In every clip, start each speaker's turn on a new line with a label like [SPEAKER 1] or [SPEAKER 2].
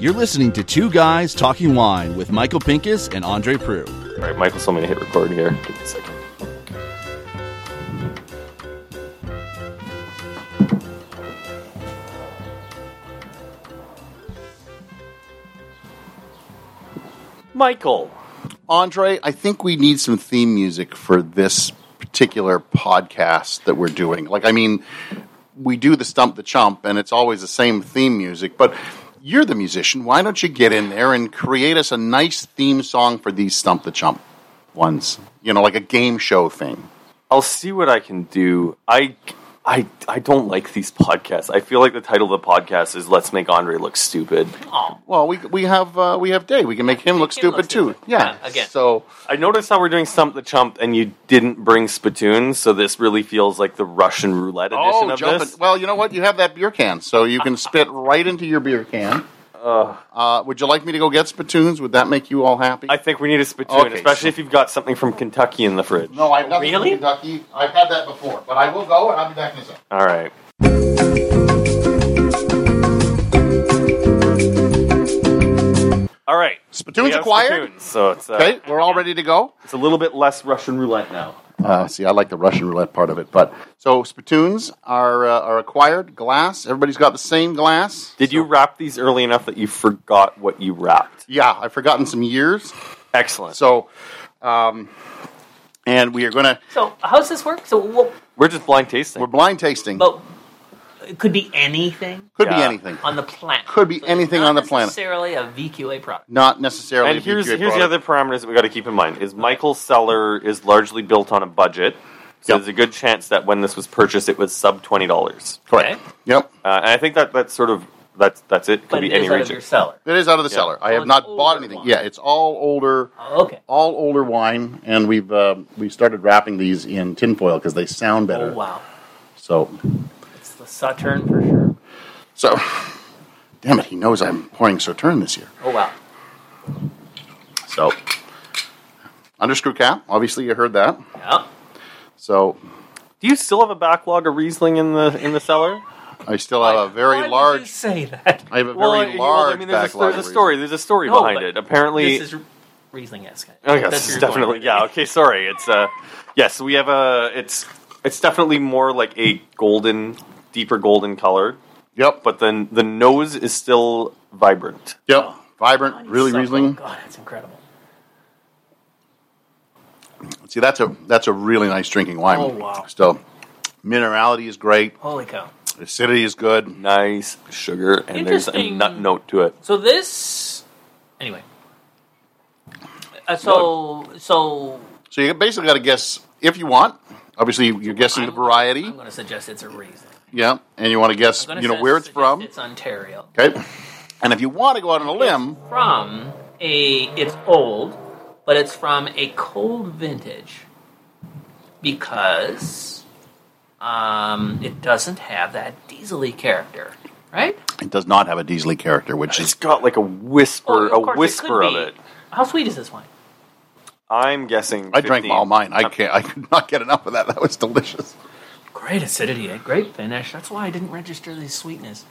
[SPEAKER 1] You're listening to Two Guys Talking Wine with Michael Pincus and Andre Prue.
[SPEAKER 2] All right, Michael told me to hit record here. Give me a second. Michael.
[SPEAKER 3] Andre, I think we need some theme music for this particular podcast that we're doing. Like, I mean, we do the Stump the Chump, and it's always the same theme music, but you're the musician. Why don't you get in there and create us a nice theme song for these Stump the Chump ones? You know, like a game show thing.
[SPEAKER 2] I'll see what I can do. I I I don't like these podcasts. I feel like the title of the podcast is "Let's Make Andre Look Stupid."
[SPEAKER 3] Well, we we have uh, we have Day. We can make him look
[SPEAKER 4] him
[SPEAKER 3] stupid
[SPEAKER 4] look
[SPEAKER 3] too.
[SPEAKER 4] stupid.
[SPEAKER 3] Yeah.
[SPEAKER 4] Yeah, again.
[SPEAKER 3] So
[SPEAKER 2] I noticed how we're doing Stump the Chump, and you didn't bring Spittoon, so this really feels like the Russian roulette edition
[SPEAKER 3] oh,
[SPEAKER 2] of
[SPEAKER 3] jumping.
[SPEAKER 2] this.
[SPEAKER 3] Well, you know what? You have that beer can, so you can spit right into your beer can. Uh, would you like me to go get spittoons? Would that make you all happy?
[SPEAKER 2] I think we need a Spittoon,
[SPEAKER 3] Okay,
[SPEAKER 2] especially
[SPEAKER 3] so-
[SPEAKER 2] if you've got something from Kentucky in the fridge.
[SPEAKER 3] No, I've nothing
[SPEAKER 4] Really?
[SPEAKER 3] from Kentucky. I've had that before, but I will go and I'll be back in a second.
[SPEAKER 2] All right. All right.
[SPEAKER 3] Spittoons
[SPEAKER 2] We have
[SPEAKER 3] acquired.
[SPEAKER 2] spittoons, so it's, uh,
[SPEAKER 3] Okay, we're all ready to go.
[SPEAKER 2] it's a little bit less Russian roulette now.
[SPEAKER 3] Uh, see, I like the Russian roulette part of it, but so spittoons are uh, are acquired. Glass. Everybody's got the same glass.
[SPEAKER 2] Did you wrap these early enough that you forgot what you wrapped?
[SPEAKER 3] Yeah, I've forgotten some years.
[SPEAKER 2] Excellent. So
[SPEAKER 3] So, um, and we are gonna
[SPEAKER 4] So how's this work? So what?
[SPEAKER 2] we're just blind tasting.
[SPEAKER 3] we're blind tasting.
[SPEAKER 4] But it could be anything
[SPEAKER 3] Could be
[SPEAKER 2] Yeah.
[SPEAKER 3] anything.
[SPEAKER 4] on the planet.
[SPEAKER 3] Could be
[SPEAKER 4] So it's
[SPEAKER 3] anything
[SPEAKER 4] not
[SPEAKER 3] on the planet.
[SPEAKER 4] Necessarily a VQA product.
[SPEAKER 3] Not necessarily.
[SPEAKER 2] and
[SPEAKER 3] a
[SPEAKER 2] here's
[SPEAKER 3] BPA
[SPEAKER 2] here's the
[SPEAKER 3] product.
[SPEAKER 2] other parameters that we got to keep in mind is Michael's cellar is largely built on a budget, so
[SPEAKER 3] Yep.
[SPEAKER 2] there's a good chance that when this was purchased, it was sub twenty dollars.
[SPEAKER 4] Correct.
[SPEAKER 3] Yep,
[SPEAKER 2] Uh, and I think that that's sort of that's that's it. Could
[SPEAKER 4] But
[SPEAKER 2] be
[SPEAKER 4] it
[SPEAKER 2] any
[SPEAKER 4] is out of your
[SPEAKER 2] region.
[SPEAKER 4] seller.
[SPEAKER 3] it is out of the cellar. I
[SPEAKER 4] Well,
[SPEAKER 3] have
[SPEAKER 4] it's
[SPEAKER 3] not
[SPEAKER 4] older
[SPEAKER 3] bought anything.
[SPEAKER 4] wine.
[SPEAKER 3] Yeah, it's all older.
[SPEAKER 4] Oh, okay.
[SPEAKER 3] all older wine, and we've uh, we started wrapping these in tinfoil because they sound better.
[SPEAKER 4] Oh wow,
[SPEAKER 3] So,
[SPEAKER 4] it's the Saturn for sure.
[SPEAKER 3] so, damn it, he knows I'm pouring Sauterne this year.
[SPEAKER 4] Oh wow.
[SPEAKER 3] So, underscrew cap. Obviously, you heard that.
[SPEAKER 4] Yeah.
[SPEAKER 3] So,
[SPEAKER 2] Do you still have a backlog of Riesling in the in the cellar?
[SPEAKER 3] I still have a very
[SPEAKER 4] Why did
[SPEAKER 3] large.
[SPEAKER 4] you say that.
[SPEAKER 3] I have a
[SPEAKER 2] Well,
[SPEAKER 3] very
[SPEAKER 2] I- well,
[SPEAKER 3] large.
[SPEAKER 2] I mean, there's a,
[SPEAKER 3] backlog
[SPEAKER 2] there's a
[SPEAKER 3] of
[SPEAKER 2] story. There's a story
[SPEAKER 4] No,
[SPEAKER 2] behind
[SPEAKER 4] but
[SPEAKER 2] it. Apparently,
[SPEAKER 4] This is Riesling esque.
[SPEAKER 2] Oh yes, it's definitely. Yeah. Okay. Sorry. It's uh. Yes, we have a. It's it's definitely more like a golden, deeper golden color,
[SPEAKER 3] reasons. Yep, but
[SPEAKER 2] but then the nose is still vibrant.
[SPEAKER 3] yep, vibrant, really
[SPEAKER 4] Oh,
[SPEAKER 3] Riesling.
[SPEAKER 4] God, it's incredible.
[SPEAKER 3] See, that's a that's a really nice drinking wine.
[SPEAKER 4] Oh, wow.
[SPEAKER 3] So, minerality is great.
[SPEAKER 4] Holy cow.
[SPEAKER 3] Acidity is good.
[SPEAKER 2] Nice sugar, and there's a
[SPEAKER 4] Interesting.
[SPEAKER 2] nut note to it.
[SPEAKER 4] So this, anyway. Uh, so so
[SPEAKER 3] So you basically got to guess if you want. Obviously, you're guessing the
[SPEAKER 4] I'm-
[SPEAKER 3] variety.
[SPEAKER 4] I'm going to suggest it's a Riesling.
[SPEAKER 3] yeah, and you want to guess,
[SPEAKER 4] I'm gonna
[SPEAKER 3] you know,
[SPEAKER 4] sus-
[SPEAKER 3] where it's
[SPEAKER 4] suggest
[SPEAKER 3] from.
[SPEAKER 4] It's Ontario.
[SPEAKER 3] okay. And if you want to go out on a limb,
[SPEAKER 4] It's from a. It's old, but it's from a cold vintage because um, it doesn't have that diesely character, right?
[SPEAKER 3] it does not have a Deasley character, which
[SPEAKER 2] It's
[SPEAKER 3] is
[SPEAKER 2] got like a whisper,
[SPEAKER 4] Oh, of
[SPEAKER 2] a
[SPEAKER 4] course, it
[SPEAKER 2] whisper
[SPEAKER 4] could
[SPEAKER 2] of
[SPEAKER 4] be.
[SPEAKER 2] it.
[SPEAKER 4] How sweet is this wine?
[SPEAKER 2] I'm guessing.
[SPEAKER 3] I drank
[SPEAKER 2] 15.
[SPEAKER 3] all mine. I can't. I could not get enough of that. That was delicious.
[SPEAKER 4] Great acidity, a great finish. That's why I didn't register the sweetness.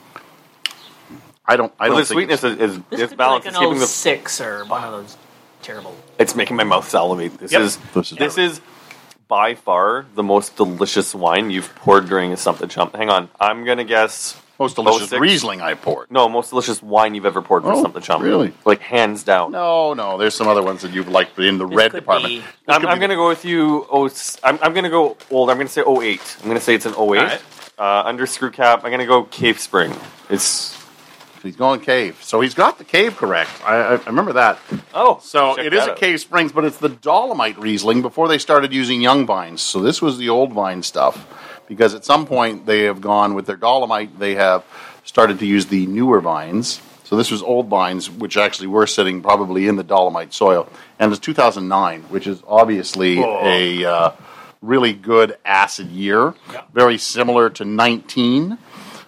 [SPEAKER 3] I don't. I
[SPEAKER 2] Well,
[SPEAKER 3] don't.
[SPEAKER 2] the sweetness is, is,
[SPEAKER 4] This
[SPEAKER 2] is
[SPEAKER 4] could
[SPEAKER 2] balanced.
[SPEAKER 4] be
[SPEAKER 2] It's
[SPEAKER 4] like an
[SPEAKER 2] keeping
[SPEAKER 4] old
[SPEAKER 2] the.
[SPEAKER 4] six or one of those terrible.
[SPEAKER 2] It's making my mouth salivate. This
[SPEAKER 3] Yep.
[SPEAKER 2] is
[SPEAKER 3] This
[SPEAKER 2] this
[SPEAKER 3] is
[SPEAKER 2] is, by far the most delicious wine you've poured during a something chump. Hang on, I'm gonna guess
[SPEAKER 3] most delicious
[SPEAKER 2] 06.
[SPEAKER 3] Riesling I poured.
[SPEAKER 2] No, most delicious wine you've ever poured for
[SPEAKER 3] Oh,
[SPEAKER 2] something chump.
[SPEAKER 3] really?
[SPEAKER 2] Like hands down.
[SPEAKER 3] No, no. There's some other ones that you've liked in the red
[SPEAKER 4] could
[SPEAKER 3] department.
[SPEAKER 4] be-
[SPEAKER 3] This
[SPEAKER 2] I'm,
[SPEAKER 3] could
[SPEAKER 2] I'm
[SPEAKER 3] be-
[SPEAKER 2] gonna go with you. Oh, s- I'm, I'm gonna go old. I'm gonna say 08. I'm gonna say it's an 08.
[SPEAKER 4] Alright.
[SPEAKER 2] Uh, under screw cap. I'm gonna go Cave Spring. It's
[SPEAKER 3] He's going cave. So he's got the cave correct. I, I I remember that.
[SPEAKER 2] oh,
[SPEAKER 3] So
[SPEAKER 2] check
[SPEAKER 3] it is
[SPEAKER 2] that
[SPEAKER 3] a
[SPEAKER 2] out.
[SPEAKER 3] Cave Springs, but it's the Dolomite Riesling before they started using young vines. So this was the old vine stuff because at some point they have gone with their Dolomite. They have started to use the newer vines. So this was old vines, which actually were sitting probably in the Dolomite soil. And it's 2009, which is obviously a uh, really good acid year, very similar to 19.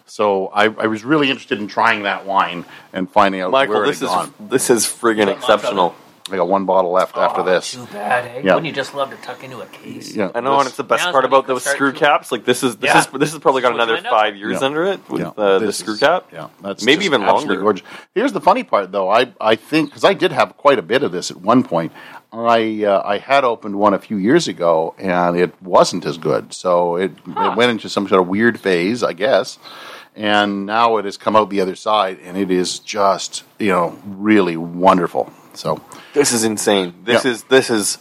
[SPEAKER 3] So I, I was really interested in trying that wine and finding out
[SPEAKER 2] Michael.
[SPEAKER 3] where it
[SPEAKER 2] This
[SPEAKER 3] had
[SPEAKER 2] is
[SPEAKER 3] gone.
[SPEAKER 2] this is friggin'
[SPEAKER 4] Not much of
[SPEAKER 2] exceptional.
[SPEAKER 3] I got one bottle left after
[SPEAKER 4] Aw,
[SPEAKER 3] this.
[SPEAKER 4] Oh, Too bad, eh?
[SPEAKER 3] Yeah.
[SPEAKER 4] Wouldn't you just love to tuck into a case?
[SPEAKER 3] Yeah,
[SPEAKER 2] I know,
[SPEAKER 3] this-
[SPEAKER 2] and it's the best
[SPEAKER 4] Now's
[SPEAKER 2] part
[SPEAKER 4] when you
[SPEAKER 2] about
[SPEAKER 4] can
[SPEAKER 2] those
[SPEAKER 4] start
[SPEAKER 2] screw
[SPEAKER 4] to-
[SPEAKER 2] caps. Like this is this
[SPEAKER 4] Yeah.
[SPEAKER 2] is this has probably got
[SPEAKER 4] This is what you
[SPEAKER 2] another
[SPEAKER 4] end up-
[SPEAKER 2] five years
[SPEAKER 3] Yeah.
[SPEAKER 2] under it with
[SPEAKER 3] Yeah,
[SPEAKER 2] uh, the
[SPEAKER 3] this
[SPEAKER 2] screw
[SPEAKER 3] is-
[SPEAKER 2] cap.
[SPEAKER 3] Yeah, that's
[SPEAKER 2] maybe
[SPEAKER 3] just
[SPEAKER 2] even
[SPEAKER 3] absolutely
[SPEAKER 2] longer.
[SPEAKER 3] Gorgeous. Here's the funny part, though. I I think because I did have quite a bit of this at one point. I uh, I had opened one a few years ago, and it wasn't as good. So it it went into some sort of weird phase, I guess. And now it has come out the other side, and it is just you know really wonderful. So
[SPEAKER 2] This is insane. This
[SPEAKER 3] Yeah.
[SPEAKER 2] is this is.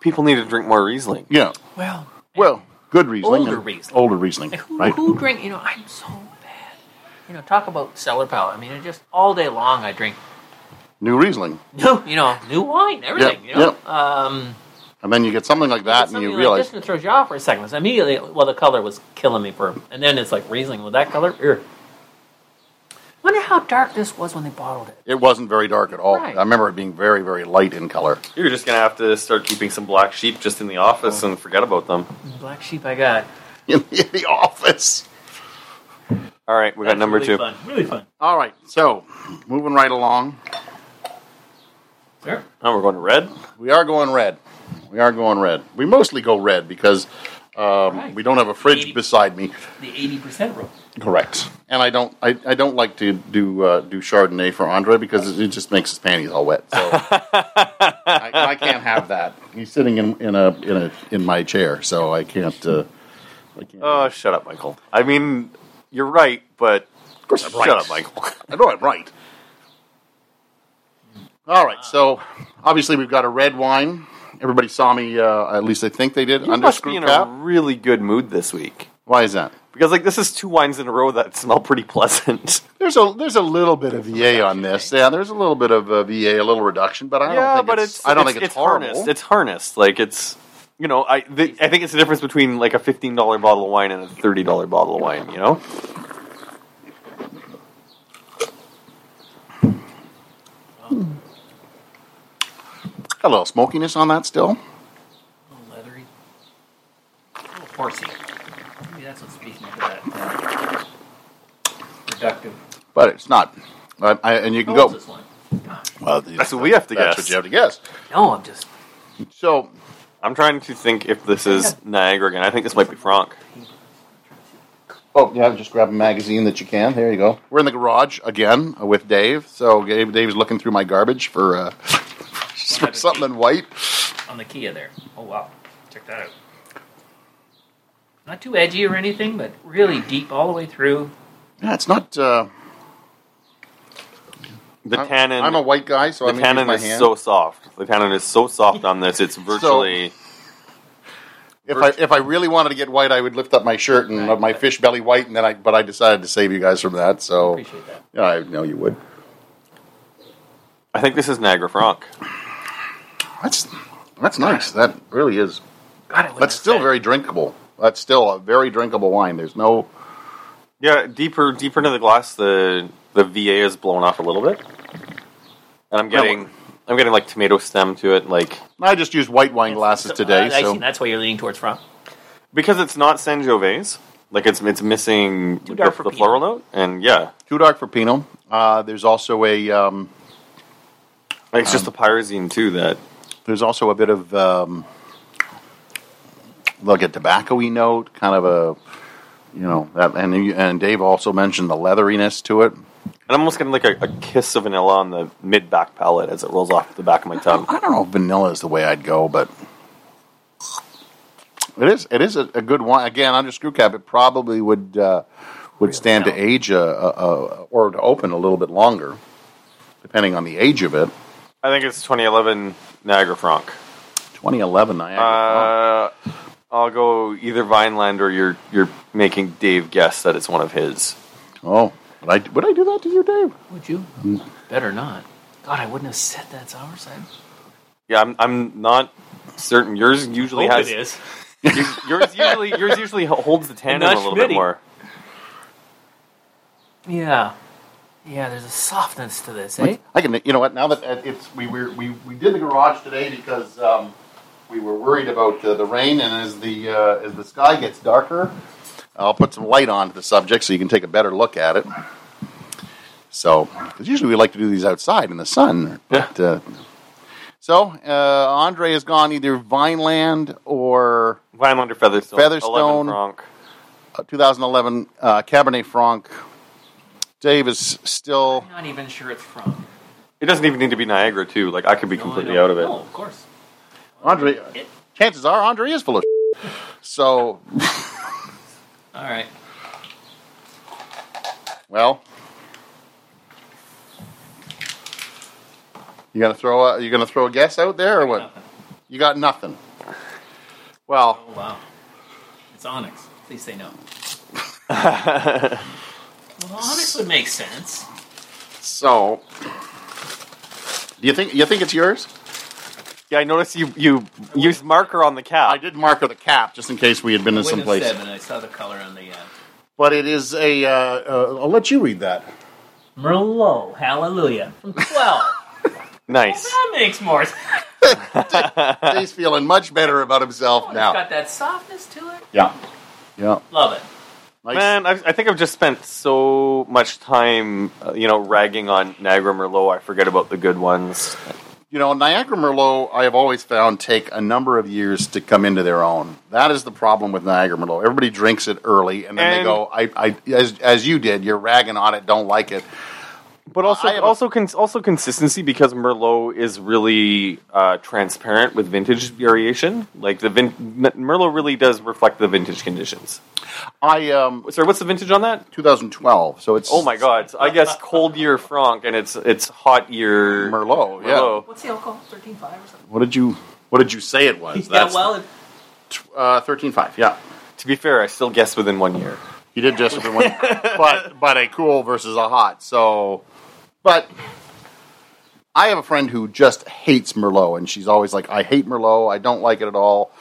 [SPEAKER 2] People need to drink more Riesling.
[SPEAKER 3] yeah,
[SPEAKER 4] Well,
[SPEAKER 3] well, good Riesling,
[SPEAKER 4] Older
[SPEAKER 3] and-
[SPEAKER 4] Riesling.
[SPEAKER 3] older Riesling,
[SPEAKER 4] who,
[SPEAKER 3] right?
[SPEAKER 4] who drink? You know, I'm so bad. You know, talk about cellar power. I mean, it just all day long I drink
[SPEAKER 3] New Riesling,
[SPEAKER 4] new, you know, new wine, everything.
[SPEAKER 3] Yeah,
[SPEAKER 4] you know? Um,
[SPEAKER 3] and then you get something like that, and
[SPEAKER 4] something
[SPEAKER 3] you
[SPEAKER 4] like
[SPEAKER 3] realize
[SPEAKER 4] this and it throws you off for a second. It's immediately, well, the color was killing me for, and then it's like Riesling with that color. Ugh. Wonder how dark this was when they bottled it.
[SPEAKER 3] It wasn't very dark at all.
[SPEAKER 4] Right.
[SPEAKER 3] I remember it being very, very light in color.
[SPEAKER 2] You're just gonna have to start keeping some black sheep just in the office and forget about them.
[SPEAKER 4] Black sheep, I got.
[SPEAKER 3] In the, in the office.
[SPEAKER 2] All right, we got
[SPEAKER 4] That's
[SPEAKER 2] number
[SPEAKER 4] really
[SPEAKER 2] two.
[SPEAKER 4] Fun. Really fun.
[SPEAKER 3] All right, so moving right along,
[SPEAKER 4] Sure.
[SPEAKER 2] Now we're going to red.
[SPEAKER 3] we are going red. We are going red. We mostly go red because um,
[SPEAKER 4] right.
[SPEAKER 3] we don't have a fridge
[SPEAKER 4] Eighty-
[SPEAKER 3] beside me.
[SPEAKER 4] The eighty percent rule.
[SPEAKER 3] Correct. And I don't. I, I don't like to do uh, do Chardonnay for Andre because it, it just makes his panties all wet. So I, I can't have that. He's sitting in, in a in a in my chair, so I can't. Uh, I can't.
[SPEAKER 2] Oh, shut up, Michael. I mean, you're right, but
[SPEAKER 3] of course, I'm right.
[SPEAKER 2] shut up, Michael.
[SPEAKER 3] I know I'm right. All right, so obviously we've got a red wine. Everybody saw me, uh, at least I think they did,
[SPEAKER 2] You
[SPEAKER 3] under
[SPEAKER 2] must be
[SPEAKER 3] screw
[SPEAKER 2] in
[SPEAKER 3] cap.
[SPEAKER 2] a really good mood this week
[SPEAKER 3] Why is that?
[SPEAKER 2] because like this is two wines in a row that smell pretty pleasant.
[SPEAKER 3] There's a there's a little bit of VA on this. Yeah, there's a little bit of uh, VA, a little reduction, but I don't think it's, I don't think it's, horrible.
[SPEAKER 2] harnessed. It's harnessed. Like it's you know I the, I think it's the difference between like a fifteen dollar bottle of wine and a thirty dollar bottle of wine. You know.
[SPEAKER 3] Got a little smokiness on that still.
[SPEAKER 4] little leathery, a little horsey. Maybe that's what's speaking to that. uh, Reductive.
[SPEAKER 3] But it's not. I, I, and you can
[SPEAKER 4] How old's
[SPEAKER 3] go.
[SPEAKER 4] this one? Ah,
[SPEAKER 3] Well,
[SPEAKER 2] That's what we have to
[SPEAKER 3] that's
[SPEAKER 2] guess.
[SPEAKER 3] what you have to guess.
[SPEAKER 4] No, I'm just.
[SPEAKER 3] So
[SPEAKER 2] I'm trying to think if this is Niagara again. I think this might be Franc.
[SPEAKER 3] Oh, yeah, just grab a magazine that you can. There you go. We're in the garage again uh, with Dave. So Dave, Dave's looking through my garbage for, uh, for something in white.
[SPEAKER 4] on the Kia there. Oh wow, check that out. Not too edgy or anything, but really deep all the way through.
[SPEAKER 3] Yeah, it's not. Uh,
[SPEAKER 2] The
[SPEAKER 3] I'm-
[SPEAKER 2] tannin.
[SPEAKER 3] I'm a white guy, so
[SPEAKER 2] the
[SPEAKER 3] I'm going to
[SPEAKER 2] tannin
[SPEAKER 3] use my
[SPEAKER 2] is
[SPEAKER 3] hand.
[SPEAKER 2] so soft. The tannin is so soft on this. It's virtually.
[SPEAKER 3] if I if I really wanted to get white, I would lift up my shirt and
[SPEAKER 4] Right.
[SPEAKER 3] my fish belly white, and then I. But I decided to save you guys from that. So
[SPEAKER 4] Appreciate that.
[SPEAKER 3] Yeah, I know you would.
[SPEAKER 2] I think this is Niagara Franc.
[SPEAKER 3] That's that's nice. That really is.
[SPEAKER 4] God, I wouldn't
[SPEAKER 3] That's
[SPEAKER 4] have
[SPEAKER 3] still
[SPEAKER 4] said-
[SPEAKER 3] very drinkable. That's still a very drinkable wine. There's no.
[SPEAKER 2] Yeah, deeper deeper into the glass, the the VA is blown off a little bit, and I'm getting I'm getting like tomato stem to it, like
[SPEAKER 3] I just used white wine glasses
[SPEAKER 4] So,
[SPEAKER 3] today.
[SPEAKER 4] I, I
[SPEAKER 3] so
[SPEAKER 4] see that's why you're leaning towards from.
[SPEAKER 2] because it's not Sangiovese. Like it's it's missing
[SPEAKER 4] Too
[SPEAKER 2] the,
[SPEAKER 4] dark for
[SPEAKER 2] the
[SPEAKER 4] Pinot.
[SPEAKER 2] floral note, and yeah,
[SPEAKER 3] Too dark for Pinot. Uh, there's also a um,
[SPEAKER 2] like, it's just
[SPEAKER 4] Um,
[SPEAKER 2] the pyrazine too that
[SPEAKER 3] there's also a bit of um, like a tobacco-y note, kind of a you know that. And you- and Dave also mentioned the leatheriness to it.
[SPEAKER 2] And I'm almost getting like a, a kiss of vanilla on the mid back palate as it rolls off the back of my tongue.
[SPEAKER 3] I don't know if vanilla is the way I'd go, but it is it is a, a good wine. Again, under screw cap, it probably would uh, would stand to
[SPEAKER 4] down.
[SPEAKER 3] age a, a, a, or to open a little bit longer, depending on the age of it.
[SPEAKER 2] I think it's 2011 Niagara Franc.
[SPEAKER 3] 2011, I
[SPEAKER 2] Uh, I'll go either Vineland or you're you're making Dave guess that it's one of his.
[SPEAKER 3] oh, would I would I do that to you, Dave?
[SPEAKER 4] Would you?
[SPEAKER 3] Mm.
[SPEAKER 4] Better not. God, I wouldn't have said that's our side.
[SPEAKER 2] Yeah, I'm I'm not certain. Yours usually
[SPEAKER 4] Hope
[SPEAKER 2] has you- yours usually yours usually ho- holds the tannin a
[SPEAKER 4] not
[SPEAKER 2] little bit
[SPEAKER 4] Schmitty.
[SPEAKER 2] more.
[SPEAKER 4] Yeah, yeah. There's a softness to this, eh?
[SPEAKER 3] I can. You know what? Now that uh, it's we were we, we did the garage today because um, we were worried about uh, the rain, and as the uh, as the sky gets darker, I'll put some light onto the subject so you can take a better look at it. So, because usually we like to do these outside in the sun, but uh, So uh, Andre has gone either Vineland or
[SPEAKER 2] Vinelander Featherstone. 11
[SPEAKER 3] Featherstone.
[SPEAKER 2] Franc.
[SPEAKER 3] uh, 2011 uh, Cabernet Franc. Dave is still.
[SPEAKER 4] Not even sure it's from.
[SPEAKER 2] It doesn't even need to be Niagara, too. Like, I could be
[SPEAKER 4] No, I
[SPEAKER 2] completely
[SPEAKER 4] don't
[SPEAKER 2] out of it.
[SPEAKER 4] know, of course.
[SPEAKER 3] Andre, chances are Andre is full of. shit. So,
[SPEAKER 4] All right.
[SPEAKER 3] well, you gonna throw a you gonna throw a guess out there or what? You got nothing. Well,
[SPEAKER 4] Oh wow. It's Onyx. Please say no. well, Onyx would make sense.
[SPEAKER 3] so do you think you think it's yours?
[SPEAKER 2] Yeah, I noticed you you used marker on the
[SPEAKER 3] I
[SPEAKER 2] cap.
[SPEAKER 3] did mark with a cap just in case we had been in some
[SPEAKER 4] Windows
[SPEAKER 3] place.
[SPEAKER 4] Seven. I saw the color on the uh,
[SPEAKER 3] But it is a. Uh, uh, I'll let you read that.
[SPEAKER 4] Merlot. Hallelujah. From Twelve.
[SPEAKER 2] Nice.
[SPEAKER 4] that makes more. sense.
[SPEAKER 3] He's feeling much better about himself
[SPEAKER 4] It's
[SPEAKER 3] now.
[SPEAKER 4] Oh, got that softness to it.
[SPEAKER 3] Yeah, yeah.
[SPEAKER 4] Love it.
[SPEAKER 3] Nice.
[SPEAKER 2] Man, I've, I think I've just spent so much time, uh, you know, ragging on Niagara Merlot. I forget about the good ones.
[SPEAKER 3] You know, Niagara Merlot, I have always found take a number of years to come into their own. That is the problem with Niagara Merlot. Everybody drinks it early, and then they
[SPEAKER 2] And-
[SPEAKER 3] go, "I, I as, as you did, you're ragging on it, don't like it."
[SPEAKER 2] But also,
[SPEAKER 3] I have a-
[SPEAKER 2] also, cons- also consistency because Merlot is really uh, transparent with vintage variation. Like the vin- M- Merlot really does reflect the vintage conditions.
[SPEAKER 3] I um,
[SPEAKER 2] Sorry, what's the vintage on that?
[SPEAKER 3] 2012, so it's
[SPEAKER 2] Oh my God! So I guess cold year Franc, and it's it's hot year
[SPEAKER 3] Merlot, yeah.
[SPEAKER 2] Merlot.
[SPEAKER 4] What's the alcohol? Thirteen five or something.
[SPEAKER 3] What did you What did you say it was?
[SPEAKER 4] yeah. Well, it,
[SPEAKER 3] uh, 13.5. Yeah,
[SPEAKER 2] To be fair, I still guess within one year.
[SPEAKER 3] you did just with one, but but a cool versus a hot. So, but. I have a friend who just hates Merlot, and she's always like, I hate Merlot. I don't like it at all.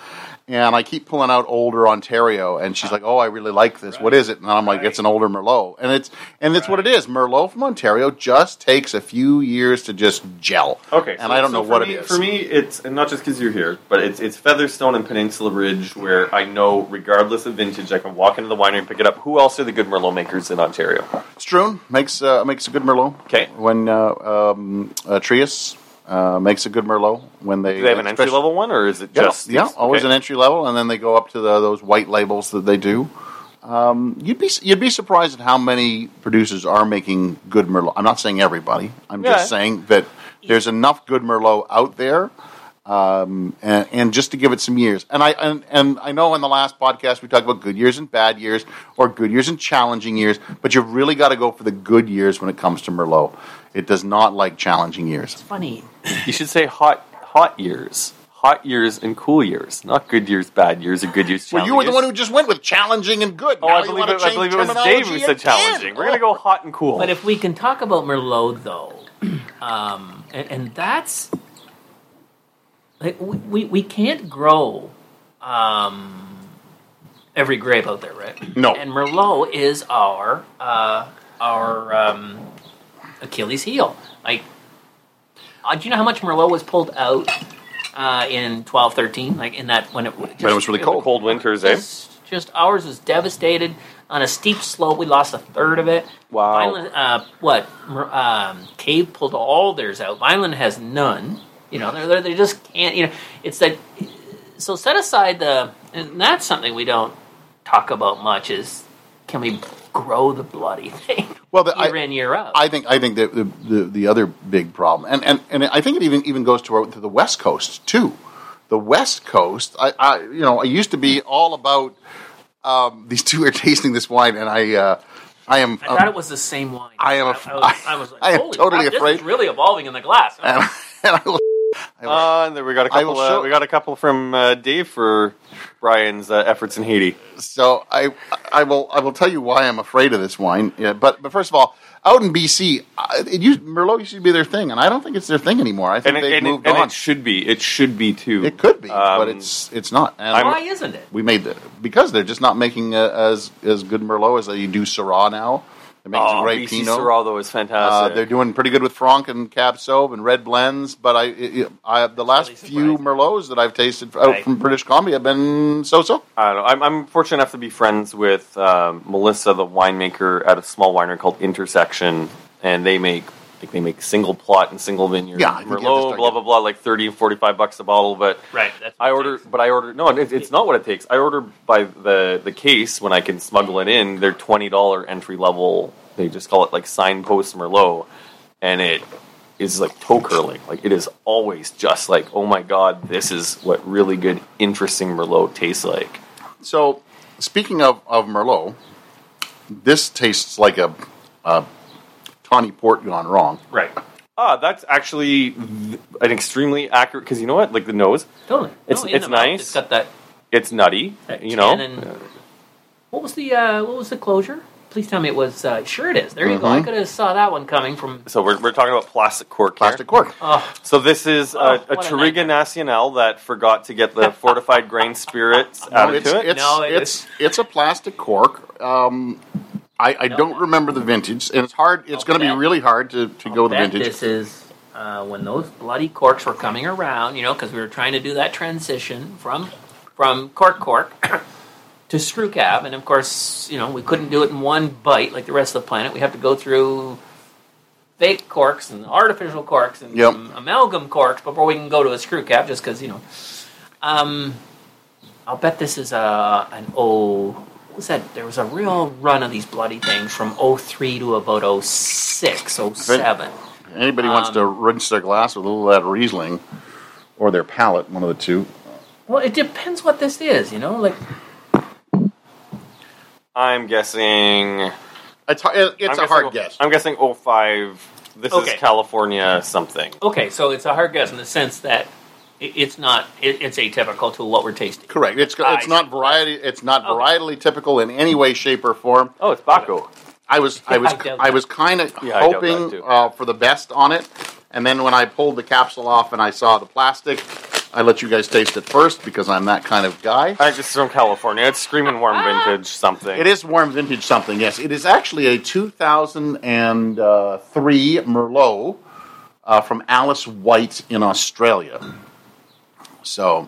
[SPEAKER 3] And I keep pulling out older Ontario, and she's like, Oh, I really like this. What is it? And I'm like, It's an older Merlot, and it's and that's what it is. Merlot from Ontario just takes a few years to just gel.
[SPEAKER 2] Okay,
[SPEAKER 3] and I don't know
[SPEAKER 2] for
[SPEAKER 3] what
[SPEAKER 2] me-
[SPEAKER 3] it is.
[SPEAKER 2] For me, it's and not just because you're here, but it's it's Featherstone and Peninsula Ridge, where I know, regardless of vintage, I can walk into the winery and pick it up. Who else are the good Merlot makers in Ontario?
[SPEAKER 3] Stroon makes uh, makes a good Merlot.
[SPEAKER 2] 'Kay.
[SPEAKER 3] when uh, um, uh, Trius uh, makes a good Merlot when they
[SPEAKER 2] Do they have an entry
[SPEAKER 3] especially-
[SPEAKER 2] level one, or is it
[SPEAKER 3] Yeah,
[SPEAKER 2] just
[SPEAKER 3] yeah, always
[SPEAKER 2] okay.
[SPEAKER 3] an entry level, and then they go up to the, those white labels that they do. Um, you'd be you'd be surprised at how many producers are making good Merlot. I'm not saying everybody. I'm
[SPEAKER 2] Yeah.
[SPEAKER 3] just saying that there's enough good Merlot out there, um, and, and just to give it some years. And I and, and I know in the last podcast we talked about good years and bad years, or good years and challenging years. But you've really got to go for the good years when it comes to Merlot. It does not like challenging years.
[SPEAKER 4] funny.
[SPEAKER 2] You should say hot hot years, hot years, and cool years, not good years, bad years, or good years.
[SPEAKER 3] Well, you were the one who just went with challenging and good.
[SPEAKER 2] Oh,
[SPEAKER 3] Now
[SPEAKER 2] I
[SPEAKER 3] you
[SPEAKER 2] believe,
[SPEAKER 3] wanna
[SPEAKER 2] it, I
[SPEAKER 3] change
[SPEAKER 2] believe it was Dave who
[SPEAKER 3] terminology
[SPEAKER 2] said
[SPEAKER 3] again.
[SPEAKER 2] challenging. We're gonna go hot and cool.
[SPEAKER 4] But if we can talk about Merlot, though, um, and, and that's like we, we, we can't grow um, every grape out there, right?
[SPEAKER 3] No.
[SPEAKER 4] And Merlot is our uh, our um, Achilles heel. Like, uh, do you know how much Merlot was pulled out uh, in twelve thirteen? Like in that when it just,
[SPEAKER 3] But it was really cold.
[SPEAKER 2] cold winters, eh?
[SPEAKER 4] just, just ours was devastated on a steep slope. We lost a third of it.
[SPEAKER 2] Wow.
[SPEAKER 4] Vineland, uh, what? Mer- Um, Cave pulled all theirs out. Vineland has none. You know, they're, they're, they just can't. You know, it's that. So set aside the, and that's something we don't talk about much. Is can we grow the bloody thing
[SPEAKER 3] Well, the,
[SPEAKER 4] year
[SPEAKER 3] I,
[SPEAKER 4] in year out?
[SPEAKER 3] I think I think that the, the the other big problem, and, and, and I think it even even goes to our, to the West Coast too. The West Coast, I, I you know, I used to be all about um, these two are tasting this wine, and I uh, I am um,
[SPEAKER 4] I thought it was the same wine.
[SPEAKER 3] I am af-
[SPEAKER 4] I, was, I was like,
[SPEAKER 3] I am
[SPEAKER 4] "Holy
[SPEAKER 3] totally
[SPEAKER 4] crap,
[SPEAKER 3] afraid."
[SPEAKER 4] This is really evolving in the glass.
[SPEAKER 3] and, and I will,
[SPEAKER 2] Uh, and there we got a
[SPEAKER 3] I will
[SPEAKER 2] couple. Uh,
[SPEAKER 3] show-
[SPEAKER 2] we got a couple from uh, Dave for Brian's uh, efforts in Haiti.
[SPEAKER 3] so I I will I will tell you why I'm afraid of this wine. Yeah, but but first of all, out in BC, I- it used, Merlot used to be their thing, and I don't think it's their thing anymore. I think
[SPEAKER 2] and it,
[SPEAKER 3] they've
[SPEAKER 2] and, it,
[SPEAKER 3] moved
[SPEAKER 2] and
[SPEAKER 3] on.
[SPEAKER 2] it should be. It should be too.
[SPEAKER 3] It could be,
[SPEAKER 2] Um,
[SPEAKER 3] but it's it's not. And
[SPEAKER 2] I'm-
[SPEAKER 4] Why isn't it?
[SPEAKER 3] we made the because they're just not making uh, as as good Merlot as they do Syrah now. They're making
[SPEAKER 2] Oh,
[SPEAKER 3] some great
[SPEAKER 2] BC
[SPEAKER 3] Pinot.
[SPEAKER 2] Syrah though is
[SPEAKER 3] Uh,
[SPEAKER 2] fantastic.
[SPEAKER 3] they're doing pretty good with Franc and Cab Sauv and red blends, but I, i I the last
[SPEAKER 4] really
[SPEAKER 3] few
[SPEAKER 4] surprising.
[SPEAKER 3] Merlots that I've tasted out
[SPEAKER 4] Right.
[SPEAKER 3] from British Columbia have been so-so.
[SPEAKER 2] I don't know. I'm, I'm fortunate enough to be friends with um, Melissa, the winemaker at a small winery called Intersection, and they make think they make single plot and single vineyard.
[SPEAKER 3] Yeah, I think you have to
[SPEAKER 2] Merlot,
[SPEAKER 3] start
[SPEAKER 2] blah blah blah, like 30 and 45 bucks a bottle. But
[SPEAKER 4] Right, that's what
[SPEAKER 2] I
[SPEAKER 4] it
[SPEAKER 2] order,
[SPEAKER 4] takes.
[SPEAKER 2] but I order. No, it, it's not what it takes. I order by the the case when I can smuggle it in. They're twenty dollar entry level. They just call it like signpost Merlot, and it is like toe curling. Like it is always just like, oh my god, this is what really good, interesting Merlot tastes like.
[SPEAKER 3] So, speaking of, of Merlot, this tastes like a, a tawny port gone wrong.
[SPEAKER 4] Right.
[SPEAKER 2] Ah, that's actually th- an extremely accurate because you know what, like the nose,
[SPEAKER 4] Totally.
[SPEAKER 2] It's-
[SPEAKER 4] No, in
[SPEAKER 2] it's
[SPEAKER 4] the mouth,
[SPEAKER 2] nice.
[SPEAKER 4] It's got that.
[SPEAKER 2] it's nutty.
[SPEAKER 4] that
[SPEAKER 2] Uh, You know,
[SPEAKER 4] tan and- what was the uh, what was the closure? Please tell me it was. Uh, sure, it is. There you go. I
[SPEAKER 3] Mhm.
[SPEAKER 4] could have saw that one coming from.
[SPEAKER 2] so we're we're talking about plastic cork. here.
[SPEAKER 3] Plastic cork.
[SPEAKER 4] Oh,
[SPEAKER 2] So this is
[SPEAKER 4] Oh,
[SPEAKER 2] a, a
[SPEAKER 4] what a
[SPEAKER 2] Tariga
[SPEAKER 4] nightmare.
[SPEAKER 2] Nacional that forgot to get the fortified grain spirits
[SPEAKER 3] No,
[SPEAKER 2] added
[SPEAKER 3] it's,
[SPEAKER 2] to it.
[SPEAKER 3] It's,
[SPEAKER 4] No, it
[SPEAKER 3] it's, it's a plastic cork. Um, I, I don't remember the vintage, and it's hard. It's
[SPEAKER 4] I'll
[SPEAKER 3] going to be
[SPEAKER 4] bet.
[SPEAKER 3] really hard to, to go the
[SPEAKER 4] bet
[SPEAKER 3] vintage.
[SPEAKER 4] This is uh, when those bloody corks were coming around, you know, because we were trying to do that transition from from cork cork to screw cab, and of course, you know, we couldn't do it in one bite like the rest of the planet. We have to go through fake corks and artificial corks and
[SPEAKER 3] Yep.
[SPEAKER 4] some amalgam corks before we can go to a screw cab, just because you know. Um, I'll bet this is a an O. What was that? There was a real run of these bloody things from 03 to about 06, 07.
[SPEAKER 3] Anybody wants
[SPEAKER 4] um,
[SPEAKER 3] to rinse their glass with a little of that Riesling or their palate, one of the two.
[SPEAKER 4] Well, it depends what this is, you know. Like
[SPEAKER 2] I'm guessing.
[SPEAKER 3] It's, har- it-
[SPEAKER 2] I'm
[SPEAKER 3] it's a
[SPEAKER 2] guessing- oh,
[SPEAKER 3] hard guess.
[SPEAKER 2] I'm guessing 05. This
[SPEAKER 4] Okay.
[SPEAKER 2] is California something.
[SPEAKER 4] okay, so it's a hard guess in the sense that i- it's not it, it's atypical to what we're tasting.
[SPEAKER 3] Correct. It's, it's
[SPEAKER 4] I-
[SPEAKER 3] not variety. It's not
[SPEAKER 4] Okay.
[SPEAKER 3] varietally typical in any way, shape, or form.
[SPEAKER 2] Oh, it's Baco.
[SPEAKER 3] I was I was
[SPEAKER 4] I doubt
[SPEAKER 3] I, was kind of
[SPEAKER 2] Yeah, I doubt that
[SPEAKER 3] hoping
[SPEAKER 2] too.
[SPEAKER 3] uh, for the best on it, and then when I pulled the capsule off and I saw the plastic, I let you guys taste it first because I'm that kind of guy.
[SPEAKER 2] I just from California. It's screaming warm vintage something.
[SPEAKER 3] It is warm vintage something. Yes, it is actually a 2003 Merlot uh, from Alice White in Australia. So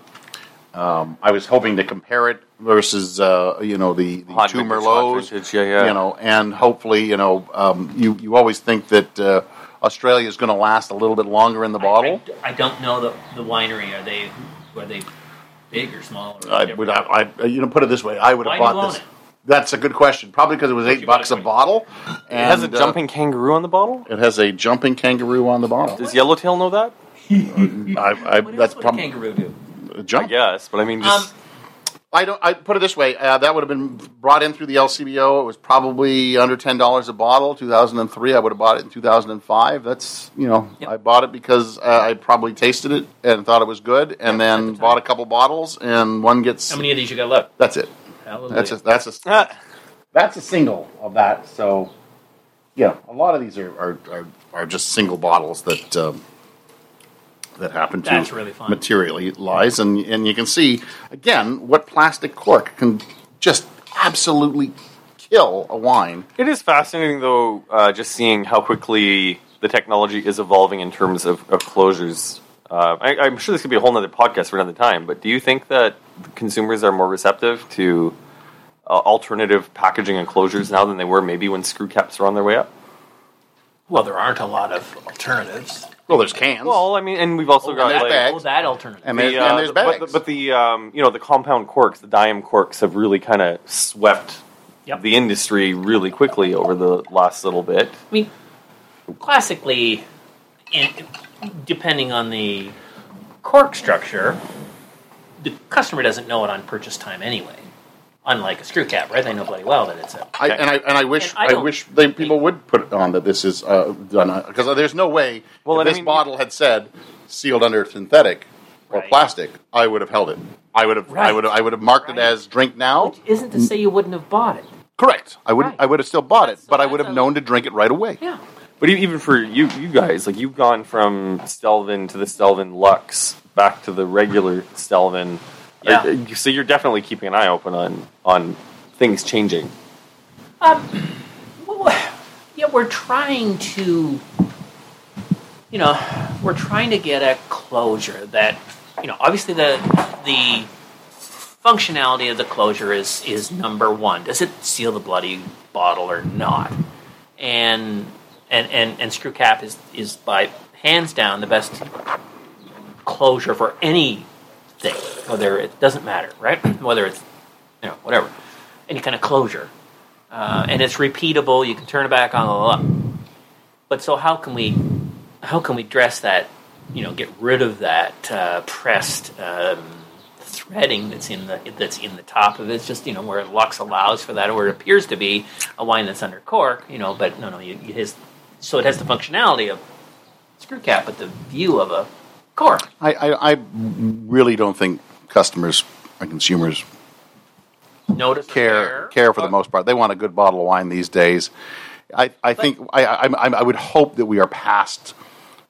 [SPEAKER 3] um, I was hoping to compare it versus uh, you know the, the
[SPEAKER 2] Hot
[SPEAKER 3] two
[SPEAKER 2] vintage, hot
[SPEAKER 3] Merlots,
[SPEAKER 2] vintage, yeah, yeah.
[SPEAKER 3] you know, and hopefully you know um, you you always think that uh, Australia is going to last a little bit longer in the bottle.
[SPEAKER 4] I, I don't know the the winery. Are they are they big or small? Or
[SPEAKER 3] I would, I, I, you know, put it this way, I would have
[SPEAKER 4] Why do you
[SPEAKER 3] bought
[SPEAKER 4] own
[SPEAKER 3] this.
[SPEAKER 4] it?
[SPEAKER 3] That's a good question. Probably because it was eight
[SPEAKER 4] you bought
[SPEAKER 3] bucks
[SPEAKER 4] it
[SPEAKER 3] a
[SPEAKER 4] for?
[SPEAKER 3] bottle.
[SPEAKER 2] It has a
[SPEAKER 3] and, uh,
[SPEAKER 2] jumping kangaroo on the bottle.
[SPEAKER 3] It has a jumping kangaroo on the bottom.
[SPEAKER 2] Does Yellowtail know that?
[SPEAKER 3] I, I,
[SPEAKER 4] what
[SPEAKER 3] that's
[SPEAKER 4] else would a
[SPEAKER 3] probably
[SPEAKER 4] kangaroo do?
[SPEAKER 3] jump.
[SPEAKER 2] Yes, but I mean,
[SPEAKER 4] Um,
[SPEAKER 2] just
[SPEAKER 3] I don't. I put it this way: uh, that would have been brought in through the LCBO. It was probably under ten dollars a bottle. Two thousand and three. I would have bought it in two thousand and five. That's you know,
[SPEAKER 4] Yep.
[SPEAKER 3] I bought it because uh, I probably tasted it and thought it was good, and
[SPEAKER 4] the
[SPEAKER 3] then
[SPEAKER 4] time.
[SPEAKER 3] bought a couple bottles, and one gets.
[SPEAKER 4] how many of these you got left?
[SPEAKER 3] That's it. That's a, that's a
[SPEAKER 2] ah,
[SPEAKER 3] that's a single of that. So, yeah, a lot of these are are, are, are just single bottles that um, that happen to
[SPEAKER 4] That's really fun.
[SPEAKER 3] materialize, and and you can see again what plastic cork can just absolutely kill a wine.
[SPEAKER 2] it is fascinating though. Uh, just seeing how quickly the technology is evolving in terms of, of closures. Uh, I, I'm sure this could be a whole nother podcast for another time. But do you think that consumers are more receptive to uh, alternative packaging and closures now than they were maybe when screw caps were on their way up?
[SPEAKER 4] Well, there aren't a lot of alternatives.
[SPEAKER 3] Well, there's cans.
[SPEAKER 2] Well, I mean, and we've also got
[SPEAKER 3] that
[SPEAKER 2] like,
[SPEAKER 3] bag.
[SPEAKER 4] Oh, that alternative.
[SPEAKER 3] And
[SPEAKER 2] the,
[SPEAKER 3] there's,
[SPEAKER 2] uh,
[SPEAKER 3] and there's bags.
[SPEAKER 2] but, the- but the um, you know the compound corks, the dime corks, have really kind of swept
[SPEAKER 4] Yep.
[SPEAKER 2] the industry really quickly over the last little bit.
[SPEAKER 4] I mean, classically, in, depending on the cork structure, the customer doesn't know it on purchase time anyway. Unlike a screw cap, right? They know bloody well that it's a.
[SPEAKER 3] I, and I and I wish
[SPEAKER 4] And I
[SPEAKER 3] I,
[SPEAKER 4] don't-
[SPEAKER 3] wish they, people would put it on that this is uh, done because there's no way
[SPEAKER 2] Well,
[SPEAKER 3] if
[SPEAKER 2] and I
[SPEAKER 3] this
[SPEAKER 2] mean-
[SPEAKER 3] bottle had said sealed under synthetic or
[SPEAKER 4] Right.
[SPEAKER 3] plastic, I would have held it. I would have I
[SPEAKER 4] Right.
[SPEAKER 3] would I would have marked
[SPEAKER 4] Right.
[SPEAKER 3] it as drink now.
[SPEAKER 4] Isn't to say you wouldn't have bought it.
[SPEAKER 3] Correct. I would
[SPEAKER 4] Right.
[SPEAKER 3] I would have still bought it,
[SPEAKER 4] So
[SPEAKER 3] but I
[SPEAKER 4] that's
[SPEAKER 3] would have
[SPEAKER 4] a-
[SPEAKER 3] known to drink it right away.
[SPEAKER 4] Yeah.
[SPEAKER 2] But e- even for you, you guys, like you've gone from Stelvin to the Stelvin Lux, back to the regular Stelvin.
[SPEAKER 4] Yeah.
[SPEAKER 2] Uh, So you're definitely keeping an eye open on on things changing.
[SPEAKER 4] Well, yeah, we're trying to, you know, we're trying to get a closure that, you know, obviously the the functionality of the closure is is number one. Does it seal the bloody bottle or not? And and and and screw cap is is by hands down the best closure for any thing. Whether it doesn't matter, right? Whether it's you know whatever, any kind of closure, uh, and it's repeatable. You can turn it back on. Blah, blah, blah. But so how can we how can we dress that? You know, get rid of that uh, pressed. Um, threading that's in the that's in the top of it. It's just you know where Lux allows for that, or it appears to be a wine that's under cork. You know, but no, no, you, it has so it has the functionality of screw cap, but the view of a cork.
[SPEAKER 3] I, I, I really don't think customers and consumers
[SPEAKER 4] Notice Oh, or
[SPEAKER 3] care care for the most part. They want a good bottle of wine these days. I, I think I, I, I'm- I'm- I would hope that we are past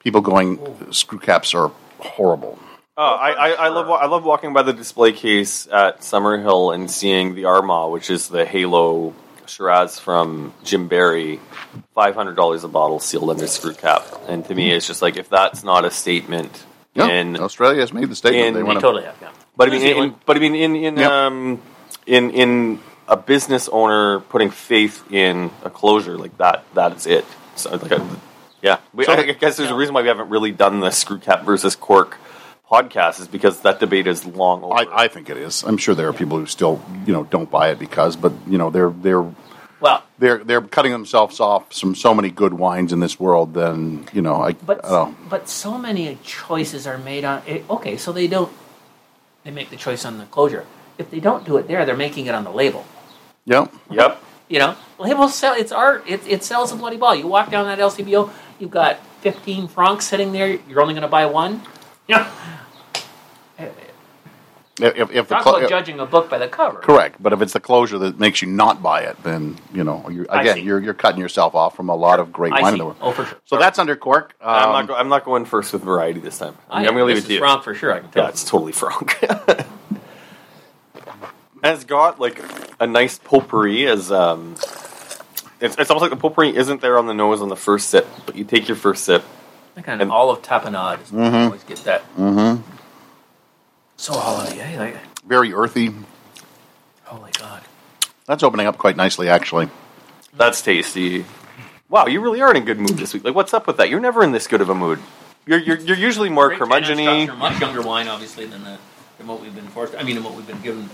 [SPEAKER 3] people going screw caps are horrible.
[SPEAKER 2] Oh, I, I, I love wa- I love walking by the display case at Summerhill and seeing the Arma, which is the Halo Shiraz from Jim Barry, five hundred dollars a bottle, sealed under screw cap. And to me, it's just like if that's not a statement.
[SPEAKER 3] No,
[SPEAKER 2] in-
[SPEAKER 3] Australia has made the statement
[SPEAKER 2] in-
[SPEAKER 3] they
[SPEAKER 2] they
[SPEAKER 4] They
[SPEAKER 3] want
[SPEAKER 4] totally have. Yeah.
[SPEAKER 2] but I mean,
[SPEAKER 4] New
[SPEAKER 2] in,
[SPEAKER 4] Zealand.
[SPEAKER 2] but I mean, in in
[SPEAKER 3] Yep.
[SPEAKER 2] um, in in a business owner putting faith in a closure like that, that is it. So like, I, yeah, we,
[SPEAKER 3] So-
[SPEAKER 2] I, guess there's a reason why we haven't really done the screw cap versus cork podcast is because that debate is long over.
[SPEAKER 3] I, I think it is. I'm sure there are people who still, you know, don't buy it because, but you know, they're they're
[SPEAKER 4] Well,
[SPEAKER 3] they're they're cutting themselves off from so many good wines in this world. Then you know, I,
[SPEAKER 4] but
[SPEAKER 3] I don't. know.
[SPEAKER 4] but so many choices are made on. It, okay, so they don't. They make the choice on the closure. If they don't do it there, they're making it on the label.
[SPEAKER 3] Yep.
[SPEAKER 2] yep.
[SPEAKER 4] You know, labels sell. It's art. It, it sells a bloody ball. You walk down that LCBO, you've got fifteen francs sitting there. You're only going to buy one. Yeah.
[SPEAKER 3] If, if, if the
[SPEAKER 4] Talk
[SPEAKER 3] clo-
[SPEAKER 4] about judging a book by the cover.
[SPEAKER 3] correct, but if it's the closure that makes you not buy it, then you know, you
[SPEAKER 4] I
[SPEAKER 3] again,
[SPEAKER 4] see.
[SPEAKER 3] you're you're cutting yourself off from a lot of great
[SPEAKER 4] I
[SPEAKER 3] wine
[SPEAKER 4] see.
[SPEAKER 3] in the world.
[SPEAKER 4] Oh, for sure.
[SPEAKER 3] So that's under cork. Um,
[SPEAKER 2] I'm not. Go- I'm not going first with variety this time. I, am
[SPEAKER 4] am
[SPEAKER 2] going to leave it
[SPEAKER 4] this is
[SPEAKER 2] to you.
[SPEAKER 4] wrong for sure. I can tell.
[SPEAKER 2] Yeah, it's totally Frank. and it's got like a nice potpourri as um it's, it's almost like the potpourri isn't there on the nose on the first sip, but you take your first sip.
[SPEAKER 4] I kind of
[SPEAKER 2] and-
[SPEAKER 4] olive tapenade. is- I always get that. Mm-hmm. So holiday, eh? like,
[SPEAKER 3] very earthy.
[SPEAKER 4] holy god.
[SPEAKER 3] That's opening up quite nicely, actually.
[SPEAKER 2] That's tasty. Wow, you really are in a good mood this week. Like what's up with that? You're never in this good of a mood. You're you're, you're usually more
[SPEAKER 4] Great Danish
[SPEAKER 2] curmudgeon
[SPEAKER 4] structure, Much younger wine, obviously, than the than what we've been forced. I mean, than what we've been given.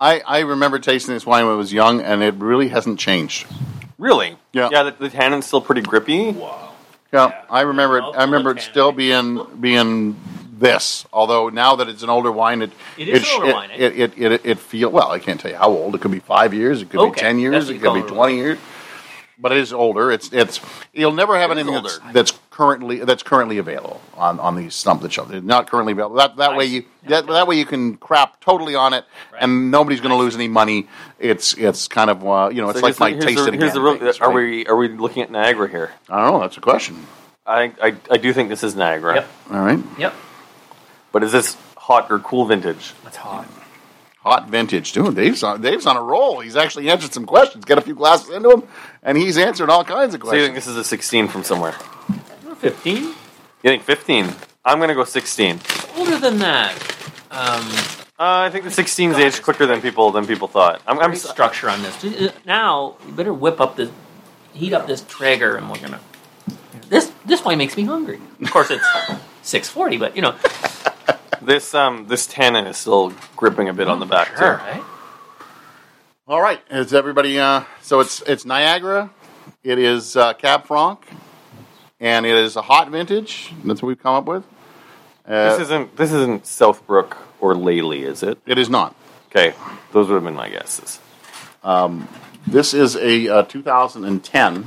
[SPEAKER 3] I, I remember tasting this wine when I was young, and it really hasn't changed.
[SPEAKER 2] Really?
[SPEAKER 3] Yeah.
[SPEAKER 2] Yeah, the, the tannin's still pretty grippy.
[SPEAKER 4] Wow.
[SPEAKER 3] Yeah,
[SPEAKER 4] Yeah.
[SPEAKER 3] I remember it.
[SPEAKER 4] Well,
[SPEAKER 3] I remember it
[SPEAKER 4] Montana.
[SPEAKER 3] still being being this. Although now that it's an older wine, it
[SPEAKER 4] It is an
[SPEAKER 3] sh-
[SPEAKER 4] older
[SPEAKER 3] it,
[SPEAKER 4] wine, eh?
[SPEAKER 3] It it, it it feel well. I can't tell you how old. It could be five years. It could be
[SPEAKER 4] Okay,
[SPEAKER 3] ten years.
[SPEAKER 4] that's
[SPEAKER 3] It could
[SPEAKER 4] what
[SPEAKER 3] be
[SPEAKER 4] you call it.
[SPEAKER 3] twenty years. But it is older. It's it's you'll never have
[SPEAKER 2] It is
[SPEAKER 3] anything that's,
[SPEAKER 2] older.
[SPEAKER 3] that's currently that's currently available on on the stump the shelf. It's Not currently available. That that
[SPEAKER 4] I
[SPEAKER 3] way
[SPEAKER 4] see.
[SPEAKER 3] you that, that way you can crap totally on it, and nobody's going to lose any money. It's it's kind of uh, you know it's
[SPEAKER 2] So
[SPEAKER 3] like
[SPEAKER 2] here's the-
[SPEAKER 3] my
[SPEAKER 2] here's
[SPEAKER 3] taste
[SPEAKER 2] the,
[SPEAKER 3] it
[SPEAKER 2] here's
[SPEAKER 3] again.
[SPEAKER 2] the real,
[SPEAKER 3] things,
[SPEAKER 2] Are
[SPEAKER 3] right?
[SPEAKER 2] we are we looking at Niagara here?
[SPEAKER 3] I don't know. That's a question.
[SPEAKER 2] I I, I do think this is Niagara.
[SPEAKER 4] Yep.
[SPEAKER 3] All right,
[SPEAKER 4] Yep.
[SPEAKER 2] But is this hot or cool vintage?
[SPEAKER 4] That's hot.
[SPEAKER 3] Hot vintage, dude. Dave's on, Dave's on a roll. He's actually answered some questions, got a few glasses into him, and he's answered all kinds of
[SPEAKER 2] So you think
[SPEAKER 3] questions.
[SPEAKER 2] this is a 16 from somewhere?
[SPEAKER 4] Fifteen.
[SPEAKER 2] You think 15? I'm going to go 16.
[SPEAKER 4] Older than that. Um,
[SPEAKER 2] Uh, I think the 16s age quicker than people than people thought. I'm, I'm
[SPEAKER 4] great structure on this. uh, Now you better whip up this, heat up this Traeger, and we're gonna. This this wine makes me hungry. Of course, it's six forty, but you know,
[SPEAKER 2] this um this tannin is still gripping a bit on the back
[SPEAKER 4] sure,
[SPEAKER 2] too.
[SPEAKER 4] right?
[SPEAKER 3] All right, is everybody? Uh, so it's it's Niagara, it is uh, Cab Franc, and it is a hot vintage. That's what we've come up with. Uh,
[SPEAKER 2] This isn't this isn't Southbrook or Laley, is it?
[SPEAKER 3] it is not.
[SPEAKER 2] Okay, those would have been my guesses.
[SPEAKER 3] This is a uh, 2010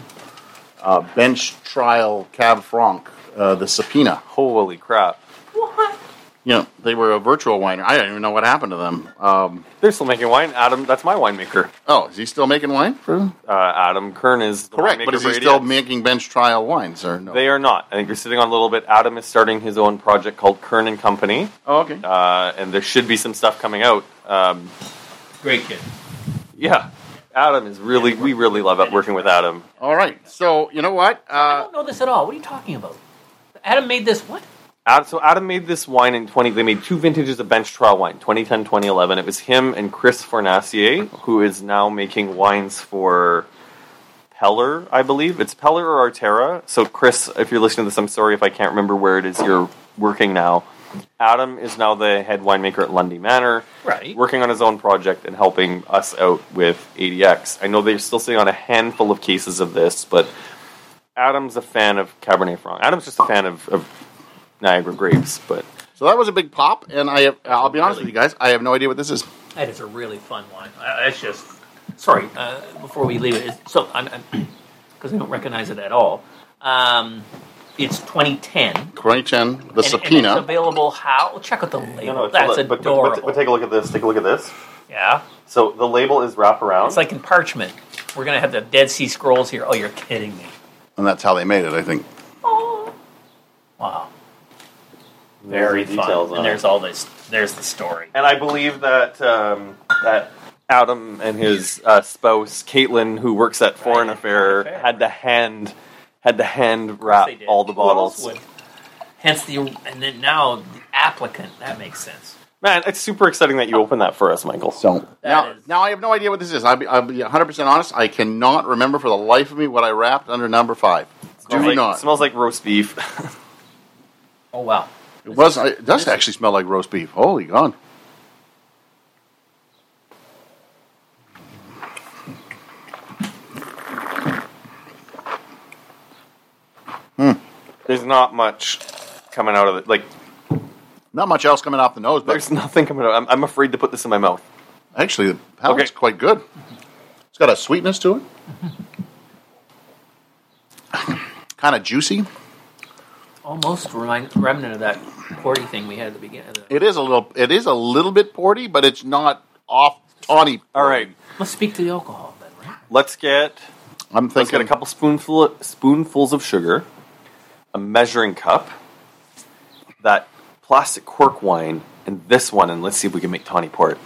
[SPEAKER 3] uh, bench trial Cab Franc, uh, the subpoena.
[SPEAKER 2] Holy crap!
[SPEAKER 4] What?
[SPEAKER 3] You know, they were a virtual winer. I don't even know what happened to them. Um,
[SPEAKER 2] They're still making wine. Adam, that's my winemaker.
[SPEAKER 3] oh, is he still making wine for
[SPEAKER 2] Uh, Adam Kern is the
[SPEAKER 3] Correct,
[SPEAKER 2] winemaker
[SPEAKER 3] but is
[SPEAKER 2] for
[SPEAKER 3] he still
[SPEAKER 2] ADX.
[SPEAKER 3] making bench trial wines or no?
[SPEAKER 2] They are not. I think you're sitting on a little bit. Adam is starting his own project called Kern and Company,
[SPEAKER 3] oh, okay.
[SPEAKER 2] uh, and there should be some stuff coming out. Um,
[SPEAKER 4] Great kid.
[SPEAKER 2] Yeah, Adam is really. We really love it working with Adam.
[SPEAKER 3] All right. So you know what?
[SPEAKER 4] I
[SPEAKER 3] Uh,
[SPEAKER 4] don't know this at all. What are you talking about? Adam made this. What?
[SPEAKER 2] Ad- So Adam made this wine in twenty. They made two vintages of bench trial wine, 2010, 2011. It was him and Chris Fornacier, who is now making wines for Peller, I believe. It's Peller or Artera. So, Chris, if you're listening to this, I'm sorry if I can't remember where it is you're working now. Adam is now the head winemaker at Lundy Manor,
[SPEAKER 4] Right.
[SPEAKER 2] working on his own project and helping us out with ADX. I know they're still sitting on a handful of cases of this, but Adam's a fan of Cabernet Franc. Adam's just a fan of, of Niagara grapes, but
[SPEAKER 3] So that was a big pop, and I have, I'll be honest with you guys, I have no idea what this is.
[SPEAKER 4] That is a really fun one. Uh, It's just sorry. Uh, before we leave it, it's- so I'm because I don't recognize it at all. Um, it's 2010. And-
[SPEAKER 3] 2010, the
[SPEAKER 4] and
[SPEAKER 3] subpoena.
[SPEAKER 4] it's available how? Well, check out the label. That's adorable.
[SPEAKER 2] take a look at this. Take a look at this.
[SPEAKER 4] yeah,
[SPEAKER 2] So the label is wraparound.
[SPEAKER 4] it's like in parchment. We're gonna have the Dead Sea Scrolls here. Oh, you're kidding me!
[SPEAKER 3] and that's how they made it, I think.
[SPEAKER 4] Oh, wow. Very fun. And there's all this. There's the story.
[SPEAKER 2] And I believe that um, that Adam and his uh, spouse Caitlin, who works at Foreign
[SPEAKER 4] Right,
[SPEAKER 2] Affair,
[SPEAKER 4] Foreign Affair.
[SPEAKER 2] had to hand had to hand wrap
[SPEAKER 4] They did.
[SPEAKER 2] all the
[SPEAKER 4] Who else
[SPEAKER 2] bottles.
[SPEAKER 4] would? Hence the and then now the applicant. That makes sense.
[SPEAKER 2] Man, it's super exciting that you opened that for us, Michael.
[SPEAKER 3] So now,
[SPEAKER 4] is-
[SPEAKER 3] now I have no idea what this is. I'll be, I'll be 100% honest. I cannot remember for the life of me what I wrapped under number five. Do
[SPEAKER 2] Smells like,
[SPEAKER 3] not.
[SPEAKER 2] smells like roast beef.
[SPEAKER 4] Oh wow.
[SPEAKER 3] it, was, it does actually smell like roast beef. Holy God.
[SPEAKER 2] there's not much coming out of it. Like
[SPEAKER 3] Not much else coming off the nose, but
[SPEAKER 2] there's nothing coming out. I'm, I'm afraid to put this in my mouth.
[SPEAKER 3] actually, the palate's
[SPEAKER 2] Okay.
[SPEAKER 3] quite good. It's got a sweetness to it, kind of juicy.
[SPEAKER 4] Almost remind, remnant of that party thing we had at the beginning. Of the,
[SPEAKER 3] It is a little. It is a little bit porty, but it's not off tawny.
[SPEAKER 2] All right,
[SPEAKER 4] Let's speak to the alcohol then, right?
[SPEAKER 2] let's get
[SPEAKER 3] I'm
[SPEAKER 2] let's get
[SPEAKER 3] thinking
[SPEAKER 2] a couple spoonful spoonfuls of sugar, a measuring cup, that plastic cork wine, and this one, and let's see if we can make tawny port.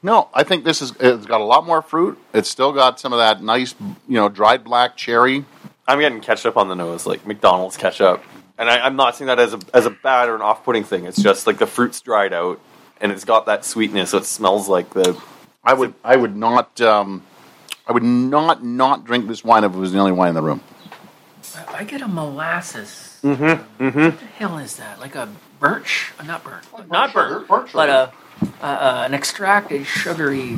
[SPEAKER 3] No, I think this is. It's got a lot more fruit. It's still got some of that nice, you know, dried black cherry.
[SPEAKER 2] I'm getting ketchup on the nose, like McDonald's ketchup, and I, I'm not seeing that as a as a bad or an off-putting thing. It's just like the fruit's dried out, and it's got that sweetness, so it smells like the.
[SPEAKER 3] I would. I would not. Um, I would not not drink this wine if it was the only wine in the room.
[SPEAKER 4] I get a molasses. Mm-hmm. Mm-hmm. What the hell is that? Like a burnt, sh- not burnt, not
[SPEAKER 3] sugar,
[SPEAKER 4] burnt,
[SPEAKER 3] burnt
[SPEAKER 4] but
[SPEAKER 3] sugar.
[SPEAKER 4] a, a, a an extracted sugary.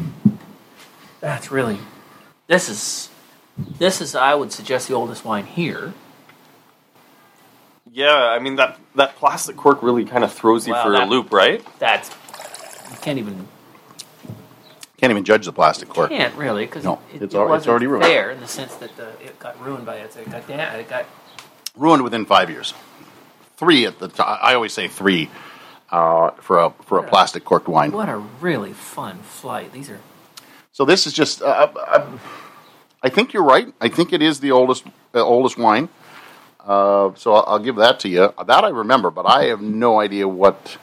[SPEAKER 4] That's really. This is, this is I would suggest the oldest wine here.
[SPEAKER 2] Yeah, I mean that that plastic cork really kind of throws you
[SPEAKER 4] Wow,
[SPEAKER 2] for a
[SPEAKER 4] that-
[SPEAKER 2] loop, right?
[SPEAKER 4] That's you can't even
[SPEAKER 3] Can't even judge the plastic cork.
[SPEAKER 4] can't really because
[SPEAKER 3] No,
[SPEAKER 4] it,
[SPEAKER 3] it's
[SPEAKER 4] it
[SPEAKER 3] al- it's
[SPEAKER 4] wasn't
[SPEAKER 3] already ruined.
[SPEAKER 4] there in the sense that the, it got ruined by it. It got down. It got
[SPEAKER 3] Ruined within five years. Three at the. T- I always say three uh, for a for a plastic corked wine.
[SPEAKER 4] what a really fun flight. These are
[SPEAKER 3] So this is just. Uh, I, I- I think you're right. I think it is the oldest uh, oldest wine. Uh, so I'll, I'll give that to you. That I remember, but I have no idea what.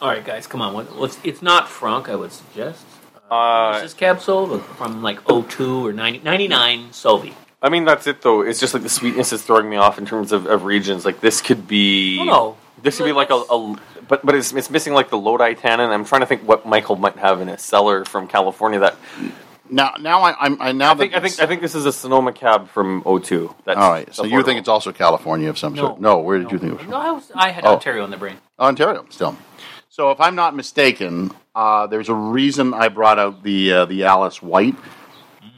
[SPEAKER 4] All right, guys, come on. What- What's, it's not Franck, I would suggest.
[SPEAKER 2] Uh,
[SPEAKER 4] Is this capsule from like 02 or 90, 99 Solvi?
[SPEAKER 2] I mean, that's it though. It's just like the sweetness is throwing me off in terms of, of regions. Like this could be,
[SPEAKER 4] Oh, no.
[SPEAKER 2] this could be like a, a but but it's, it's missing like the Lodi tannin. I'm trying to think what Michael might have in his cellar from California. That
[SPEAKER 3] Now, now I, I'm. I now
[SPEAKER 2] I think I
[SPEAKER 3] that
[SPEAKER 2] think I think this is a Sonoma cab from '02. That's
[SPEAKER 3] All right. So you think
[SPEAKER 2] affordable.
[SPEAKER 3] it's also California of some sort? No. Where did you think it was from?
[SPEAKER 4] No, I, was, I had
[SPEAKER 3] Oh.
[SPEAKER 4] Ontario in the brain.
[SPEAKER 3] Ontario. Still. So if I'm not mistaken, uh, there's a reason I brought out the uh, the Alice White,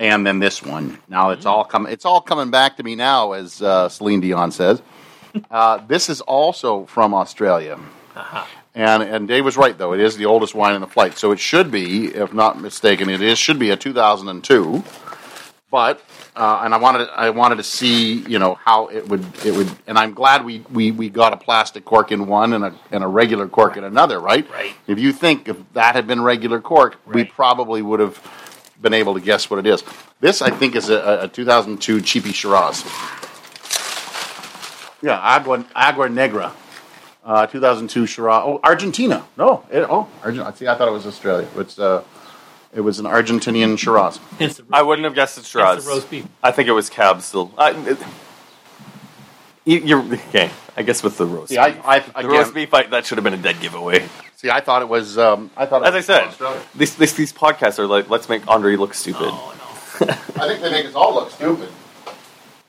[SPEAKER 3] and then this one. Now it's all coming. It's all coming back to me now, as uh, Celine Dion says. Uh, this is also from Australia. And, and Dave was right though; it is the oldest wine in the flight, so it should be, if not mistaken, it is should be a 2002. But uh, and I wanted I wanted to see you know how it would it would, and I'm glad we, we, we got a plastic cork in one and a and a regular cork in another, right?
[SPEAKER 4] Right.
[SPEAKER 3] If you think if that had been regular cork, we
[SPEAKER 4] Right.
[SPEAKER 3] probably would have been able to guess what it is. This I think is a, a 2002 Cheapy Shiraz. Yeah, Agua Agua Negra. Uh, 2002 Shiraz. Oh, Argentina. No, it, oh, Argentina. See, I thought it was Australia. It's uh, it was an Argentinian Shiraz.
[SPEAKER 4] Hence the,
[SPEAKER 2] I wouldn't have guessed it's
[SPEAKER 4] hence the
[SPEAKER 2] Shiraz.
[SPEAKER 4] roast beef.
[SPEAKER 2] I think it was cab still. I, it, you, you're okay. I guess with the roast,
[SPEAKER 3] See, I, I
[SPEAKER 2] the
[SPEAKER 3] again,
[SPEAKER 2] roast beef I, that should have been a dead giveaway.
[SPEAKER 3] see, I thought it was. Um, I thought, it
[SPEAKER 2] As I
[SPEAKER 3] was
[SPEAKER 2] said,
[SPEAKER 3] Australia.
[SPEAKER 2] these, these these podcasts are like let's make Andre look stupid.
[SPEAKER 4] Oh, no.
[SPEAKER 3] I think they make us all look stupid.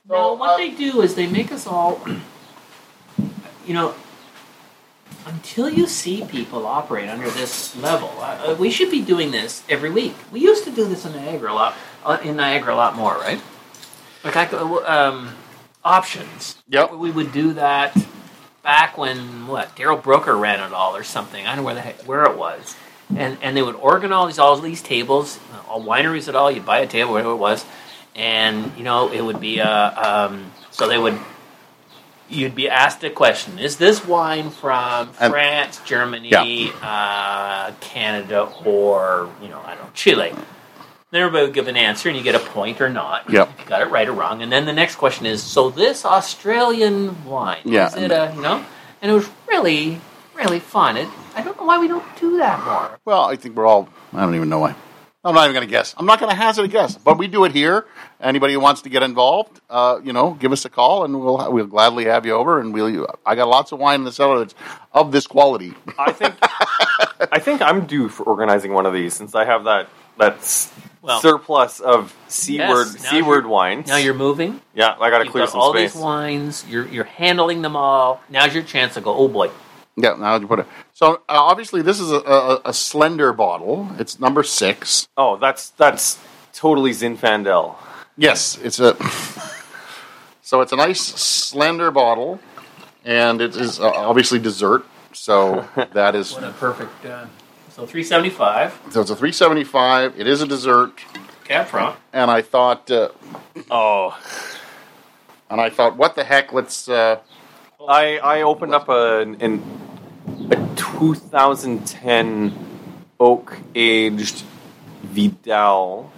[SPEAKER 4] No,
[SPEAKER 3] So,
[SPEAKER 4] what
[SPEAKER 3] uh,
[SPEAKER 4] they do is they make us all, you know, until you see people operate under this level, uh, uh, we should be doing this every week. We used to do this in Niagara a lot, uh, in Niagara a lot more, right? Like I, could- um, options.
[SPEAKER 3] Yep.
[SPEAKER 4] We would do that back when what Daryl Brooker ran it all or something. I don't know where the heck, where it was. And and they would organize all these, all these tables, all wineries at all. You'd buy a table, whatever it was, and you know it would be uh, um, so they would. You'd be asked a question: Is this wine from
[SPEAKER 3] Um,
[SPEAKER 4] France, Germany, uh, Canada, or you know I don't know Chile? Then everybody would give an answer, and you get a point or not.
[SPEAKER 3] Yep.
[SPEAKER 4] If you got it right or wrong. And then the next question is: So this Australian wine,
[SPEAKER 3] Yeah.
[SPEAKER 4] is it a you know? And it was really, really fun. It, I don't know why we don't do that more.
[SPEAKER 3] Well, I think we're all. I don't even know why. I'm not even going to guess. I'm not going to hazard a guess, but we do it here. Anybody who wants to get involved, uh, you know, give us a call, and we'll we'll gladly have you over. And we'll. I got lots of wine in the cellar that's of this quality.
[SPEAKER 2] I think I think I'm due for organizing one of these since I have that that s-
[SPEAKER 4] Well-
[SPEAKER 2] surplus of c
[SPEAKER 4] Yes,
[SPEAKER 2] word
[SPEAKER 4] now
[SPEAKER 2] c
[SPEAKER 4] you're-
[SPEAKER 2] word wines.
[SPEAKER 4] Now you're moving.
[SPEAKER 2] yeah, I gotta
[SPEAKER 4] You've
[SPEAKER 2] clear
[SPEAKER 4] got
[SPEAKER 2] some
[SPEAKER 4] all
[SPEAKER 2] space.
[SPEAKER 4] these wines. You're you're handling them all. Now's your chance to go. Oh boy,
[SPEAKER 3] Yeah, now you put it. So uh, obviously, this is a, a, a slender bottle. It's number six.
[SPEAKER 2] Oh, that's that's totally Zinfandel.
[SPEAKER 3] Yes, it's a. so it's a nice slender bottle, and it is uh, obviously dessert. So that is
[SPEAKER 4] what a perfect. Uh, so three seventy five.
[SPEAKER 3] so it's a three seventy five. It is a dessert,
[SPEAKER 4] Cap front.
[SPEAKER 3] and I thought, uh,
[SPEAKER 2] Oh,
[SPEAKER 3] and I thought, what the heck? Let's. Uh,
[SPEAKER 2] I I opened up an, an a 2010 oak aged Vidal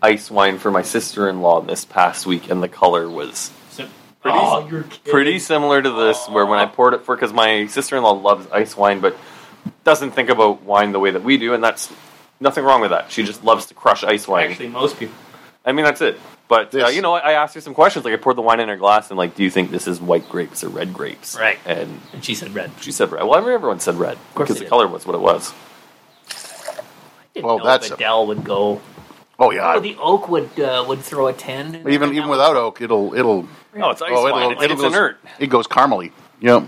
[SPEAKER 2] ice wine for my sister in law this past week, and the color was
[SPEAKER 4] So,
[SPEAKER 2] Pretty-
[SPEAKER 4] oh, you're kidding. Oh.
[SPEAKER 2] pretty similar to this. Where when I poured it for, because my sister in law loves ice wine, but doesn't think about wine the way that we do, and that's nothing wrong with that. She just loves to crush ice wine.
[SPEAKER 4] Actually, most people.
[SPEAKER 2] I mean, that's it. But uh,
[SPEAKER 3] This-
[SPEAKER 2] you know, I I asked her some questions. Like I poured the wine in her glass, and like, do you think this is white grapes or red grapes?
[SPEAKER 4] Right.
[SPEAKER 2] And
[SPEAKER 4] And she said red.
[SPEAKER 2] she said red. Well, I mean, everyone said red
[SPEAKER 4] course
[SPEAKER 2] because
[SPEAKER 4] they
[SPEAKER 2] the
[SPEAKER 4] did.
[SPEAKER 2] color was what it was.
[SPEAKER 4] Didn't
[SPEAKER 3] Well,
[SPEAKER 4] know
[SPEAKER 3] that's a-
[SPEAKER 4] Adele would go.
[SPEAKER 3] oh yeah,
[SPEAKER 4] Oh, the oak would uh, would throw a ten. in
[SPEAKER 3] even
[SPEAKER 4] there.
[SPEAKER 3] even without oak, it'll it'll.
[SPEAKER 2] No, it's ice
[SPEAKER 3] oh,
[SPEAKER 2] wine. It's, it's
[SPEAKER 3] goes,
[SPEAKER 2] inert.
[SPEAKER 3] It goes caramely. Yep.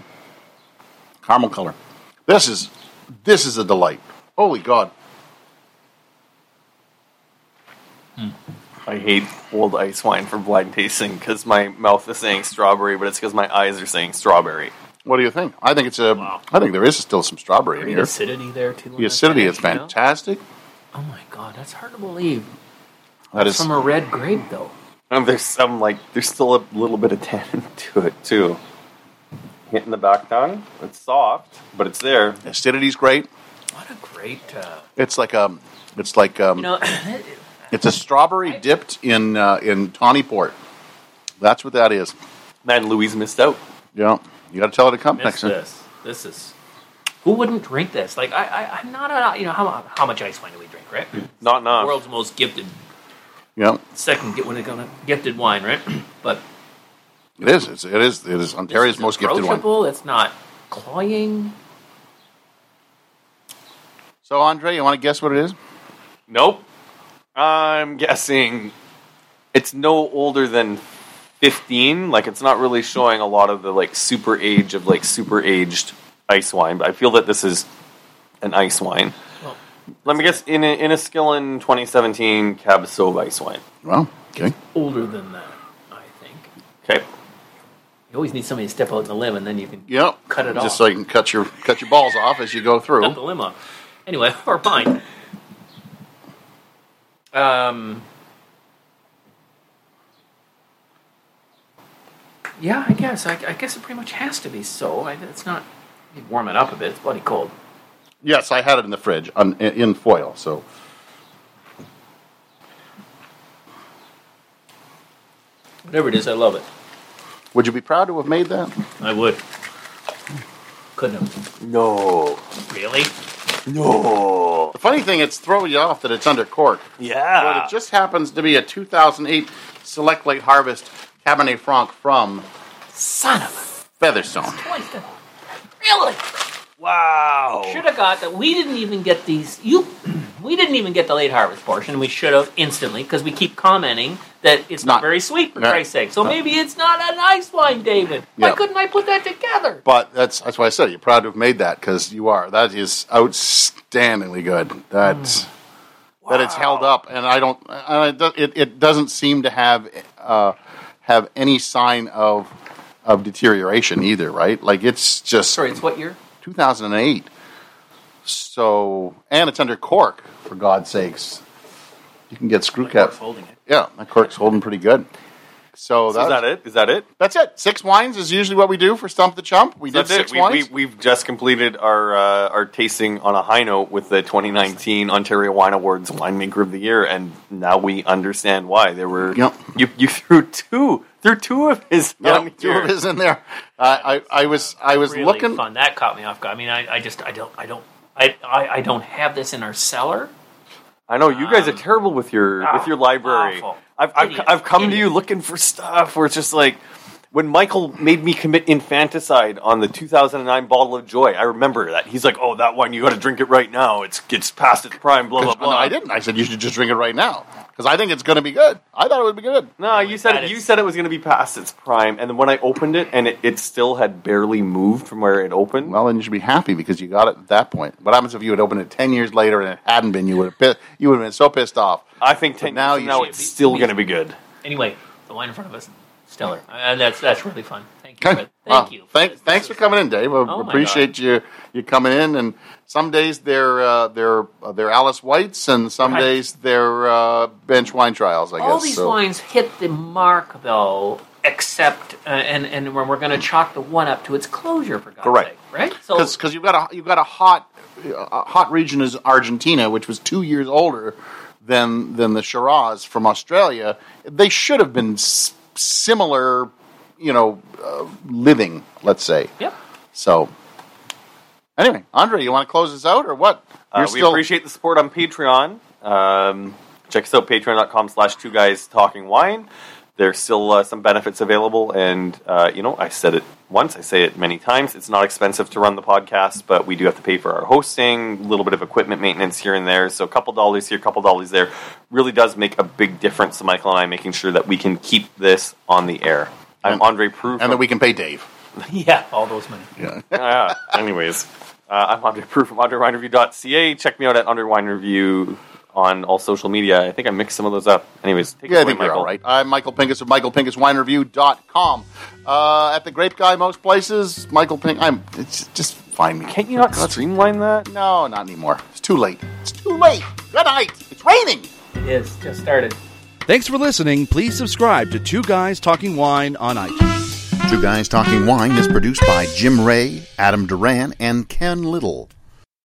[SPEAKER 3] Caramel color. This is this is a delight. Holy God.
[SPEAKER 2] I hate old ice wine for blind tasting because my mouth is saying strawberry, but it's because my eyes are saying strawberry.
[SPEAKER 3] What do you think? I think it's a. I
[SPEAKER 4] Wow.
[SPEAKER 3] think there is still some strawberry in
[SPEAKER 4] Great
[SPEAKER 3] here.
[SPEAKER 4] acidity there too. in
[SPEAKER 3] The
[SPEAKER 4] that
[SPEAKER 3] acidity is
[SPEAKER 4] finish, you know?
[SPEAKER 3] fantastic.
[SPEAKER 4] Oh my god, that's hard to believe.
[SPEAKER 3] That is
[SPEAKER 4] From a red grape though.
[SPEAKER 2] Um, there's some like there's still a little bit of tannin to it too. Hitting the back tongue. It's soft, but it's there.
[SPEAKER 3] acidity's great.
[SPEAKER 4] What a great. Uh,
[SPEAKER 3] It's like um, it's like um,
[SPEAKER 4] you know,
[SPEAKER 3] it's a strawberry dipped in uh, in tawny port. That's what that is.
[SPEAKER 2] Man, Louise missed out.
[SPEAKER 3] Yeah, you got to tell her to come
[SPEAKER 4] miss
[SPEAKER 3] next time.
[SPEAKER 4] this. This is. Who wouldn't drink this? Like I, I I'm not. A, you know how how much ice wine do we drink, right?
[SPEAKER 3] Hmm.
[SPEAKER 2] Not enough.
[SPEAKER 4] World's most gifted
[SPEAKER 3] Yeah,
[SPEAKER 4] second get when they gonna gifted wine, right? But
[SPEAKER 3] it is. It's, it is. It is Ontario's
[SPEAKER 4] it's
[SPEAKER 3] most gifted one.
[SPEAKER 4] approachable, It's not cloying.
[SPEAKER 3] So Andre, you want to guess what it is?
[SPEAKER 2] Nope. I'm guessing it's no older than 15. Like it's not really showing a lot of the like super age of like super aged ice wine, but I feel that this is an ice wine.
[SPEAKER 4] Well,
[SPEAKER 2] Let me guess in a, in a Skillin 2017 Cab Sauv ice wine.
[SPEAKER 3] Well, okay.
[SPEAKER 4] older than that, I think.
[SPEAKER 2] Okay.
[SPEAKER 4] You always need somebody to step out on the limb, and then you can
[SPEAKER 3] Yep.
[SPEAKER 4] Cut it
[SPEAKER 3] Just
[SPEAKER 4] off.
[SPEAKER 3] so you can cut your cut your balls off as you go
[SPEAKER 4] cut the
[SPEAKER 3] through.
[SPEAKER 4] limb off. Anyway, or mine. Um. Yeah, I guess. I, I guess it pretty much has to be so. I, it's not. You warm it up a bit. It's bloody cold.
[SPEAKER 3] Yes, I had it in the fridge on, in, in foil. So
[SPEAKER 4] Whatever it is, I love it.
[SPEAKER 3] would you be proud to have made that?
[SPEAKER 4] I would. Couldn't have.
[SPEAKER 2] No.
[SPEAKER 4] Really?
[SPEAKER 2] No.
[SPEAKER 3] The funny thing, it's throwing you off that it's under cork. But
[SPEAKER 2] Yeah.
[SPEAKER 3] it just happens to be a 2008 Select Late Harvest Cabernet Franc from
[SPEAKER 4] Son of
[SPEAKER 3] Featherstone.
[SPEAKER 4] a. Twice the- Really?
[SPEAKER 2] wow.
[SPEAKER 4] Should have got that. We didn't even get these. You, We didn't even get the late harvest portion. We should have instantly because we keep commenting that it's not,
[SPEAKER 3] Not-
[SPEAKER 4] very sweet for
[SPEAKER 3] no.
[SPEAKER 4] Christ's sake. So maybe it's not a nice wine, David. Why
[SPEAKER 3] Yeah.
[SPEAKER 4] couldn't I put that together?
[SPEAKER 3] But that's that's why I said you're proud to have made that because you are. That is outstandingly good. That's
[SPEAKER 2] Mm.
[SPEAKER 3] that it's held up, and I don't. And it, do- it, it doesn't seem to have uh, have any sign of of deterioration either. Right? Like it's just
[SPEAKER 4] Sorry, it's what year?
[SPEAKER 3] 2008. So and it's under cork for God's sakes. You can get screw cap.
[SPEAKER 5] Folding it.
[SPEAKER 3] Yeah, my cork's holding pretty good. So
[SPEAKER 2] Is
[SPEAKER 3] that's,
[SPEAKER 2] that it? Is that it?
[SPEAKER 3] That's it. Six wines is usually what we do for Stump the Chump. We did
[SPEAKER 2] That's
[SPEAKER 3] six
[SPEAKER 2] it. We,
[SPEAKER 3] wines.
[SPEAKER 2] we, we've just completed our uh, our tasting on a high note with the 2019 Ontario Wine Awards Winemaker of the Year, and now we understand why there were.
[SPEAKER 3] Yep.
[SPEAKER 2] You you threw two. There are two of his.
[SPEAKER 3] Yeah,
[SPEAKER 2] on
[SPEAKER 3] two of
[SPEAKER 2] here.
[SPEAKER 3] his in there. I I, I was I was
[SPEAKER 4] Really
[SPEAKER 3] looking.
[SPEAKER 4] fun. That caught me off guard. I mean, I, I just I don't I don't I, I I don't have this in our cellar.
[SPEAKER 2] I know you guys are
[SPEAKER 3] Um,
[SPEAKER 2] terrible with your
[SPEAKER 4] Ah,
[SPEAKER 2] with your library.
[SPEAKER 4] awful.
[SPEAKER 2] I've I've,
[SPEAKER 4] Idiots.
[SPEAKER 2] I've come to you
[SPEAKER 4] Idiots.
[SPEAKER 2] looking for stuff where it's just like when Michael made me commit infanticide on the 2009 bottle of joy. I remember that. He's like, "Oh, that one you got to drink it right now. It's it's past its prime." Blah blah
[SPEAKER 3] No,
[SPEAKER 2] blah.
[SPEAKER 3] I didn't. I said you should just drink it right now because I think it's going to be good. I thought it would be good.
[SPEAKER 2] No, you
[SPEAKER 4] that
[SPEAKER 2] said you
[SPEAKER 4] is-
[SPEAKER 2] said it was going to be past its prime, and then when I opened it, and it, it still had barely moved from where it opened.
[SPEAKER 3] Well, then you should be happy because you got it at that point. What happens if you had opened it ten years later and it hadn't been? You would have pi- you would have been so pissed off.
[SPEAKER 2] I think ten
[SPEAKER 3] now
[SPEAKER 2] now, years
[SPEAKER 3] you
[SPEAKER 2] from now
[SPEAKER 3] should
[SPEAKER 2] it's
[SPEAKER 4] be-
[SPEAKER 2] still
[SPEAKER 4] be-
[SPEAKER 2] going to be good.
[SPEAKER 4] Anyway, the wine in front of us, stellar. Uh, that's that's really fun. Thank you.
[SPEAKER 3] Okay.
[SPEAKER 4] For,
[SPEAKER 3] Wow.
[SPEAKER 4] thank you.
[SPEAKER 3] Thank, thanks for coming in, Dave. I
[SPEAKER 4] my
[SPEAKER 3] appreciate you you coming in. And some days they're uh, they're uh, they're Alice Whites, and some
[SPEAKER 4] Right.
[SPEAKER 3] days they're uh, bench wine trials. I guess
[SPEAKER 4] All these
[SPEAKER 3] So-
[SPEAKER 4] wines hit the mark, though, except uh, and and when we're going to chalk the one up to its closure, for God's
[SPEAKER 2] Correct.
[SPEAKER 4] sake, right? So
[SPEAKER 3] because you've got a you've got a hot a hot region is Argentina, which was two years older than than the Shiraz from Australia. They should have been s- similar, you know, uh, living. Let's say.
[SPEAKER 4] yep.
[SPEAKER 3] So, anyway, Andre, you want to close this out or what?
[SPEAKER 2] Uh, we appreciate the support on Patreon. Um, check us out, patreon.com slash two guys talking wine. There's still uh, some benefits available, and uh, you know, I said it once, I say it many times. It's not expensive to run the podcast, but we do have to pay for our hosting, a little bit of equipment maintenance here and there. So, a couple dollars here, a couple dollars there really does make a big difference to Michael and I making sure that we can keep this on the air. I'm
[SPEAKER 3] And-
[SPEAKER 2] Andre Proof.
[SPEAKER 3] and then we can pay Dave.
[SPEAKER 4] Yeah, all those money.
[SPEAKER 2] yeah. Ah, Anyways, uh, I'm Andre Proof from underwinereview.ca. Check me out at underwinereview on all social media. I think I mixed some of those up. Anyways, take
[SPEAKER 3] Yeah,
[SPEAKER 2] it
[SPEAKER 3] I
[SPEAKER 2] away,
[SPEAKER 3] think you're
[SPEAKER 2] Michael.
[SPEAKER 3] all right. I'm Michael Pincus of MichaelPincusWineReview.com. Uh, at the Grape Guy, most places, Michael Pink. I'm it's, just find me.
[SPEAKER 2] Can't you not streamline that?
[SPEAKER 3] No, not anymore. It's too late. It's too late. Good night. It's raining.
[SPEAKER 4] It is just started.
[SPEAKER 1] Thanks for listening. Please subscribe to Two Guys Talking Wine on iTunes.
[SPEAKER 6] Two Guys Talking Wine is produced by Jim Ray, Adam Duran, and Ken Little.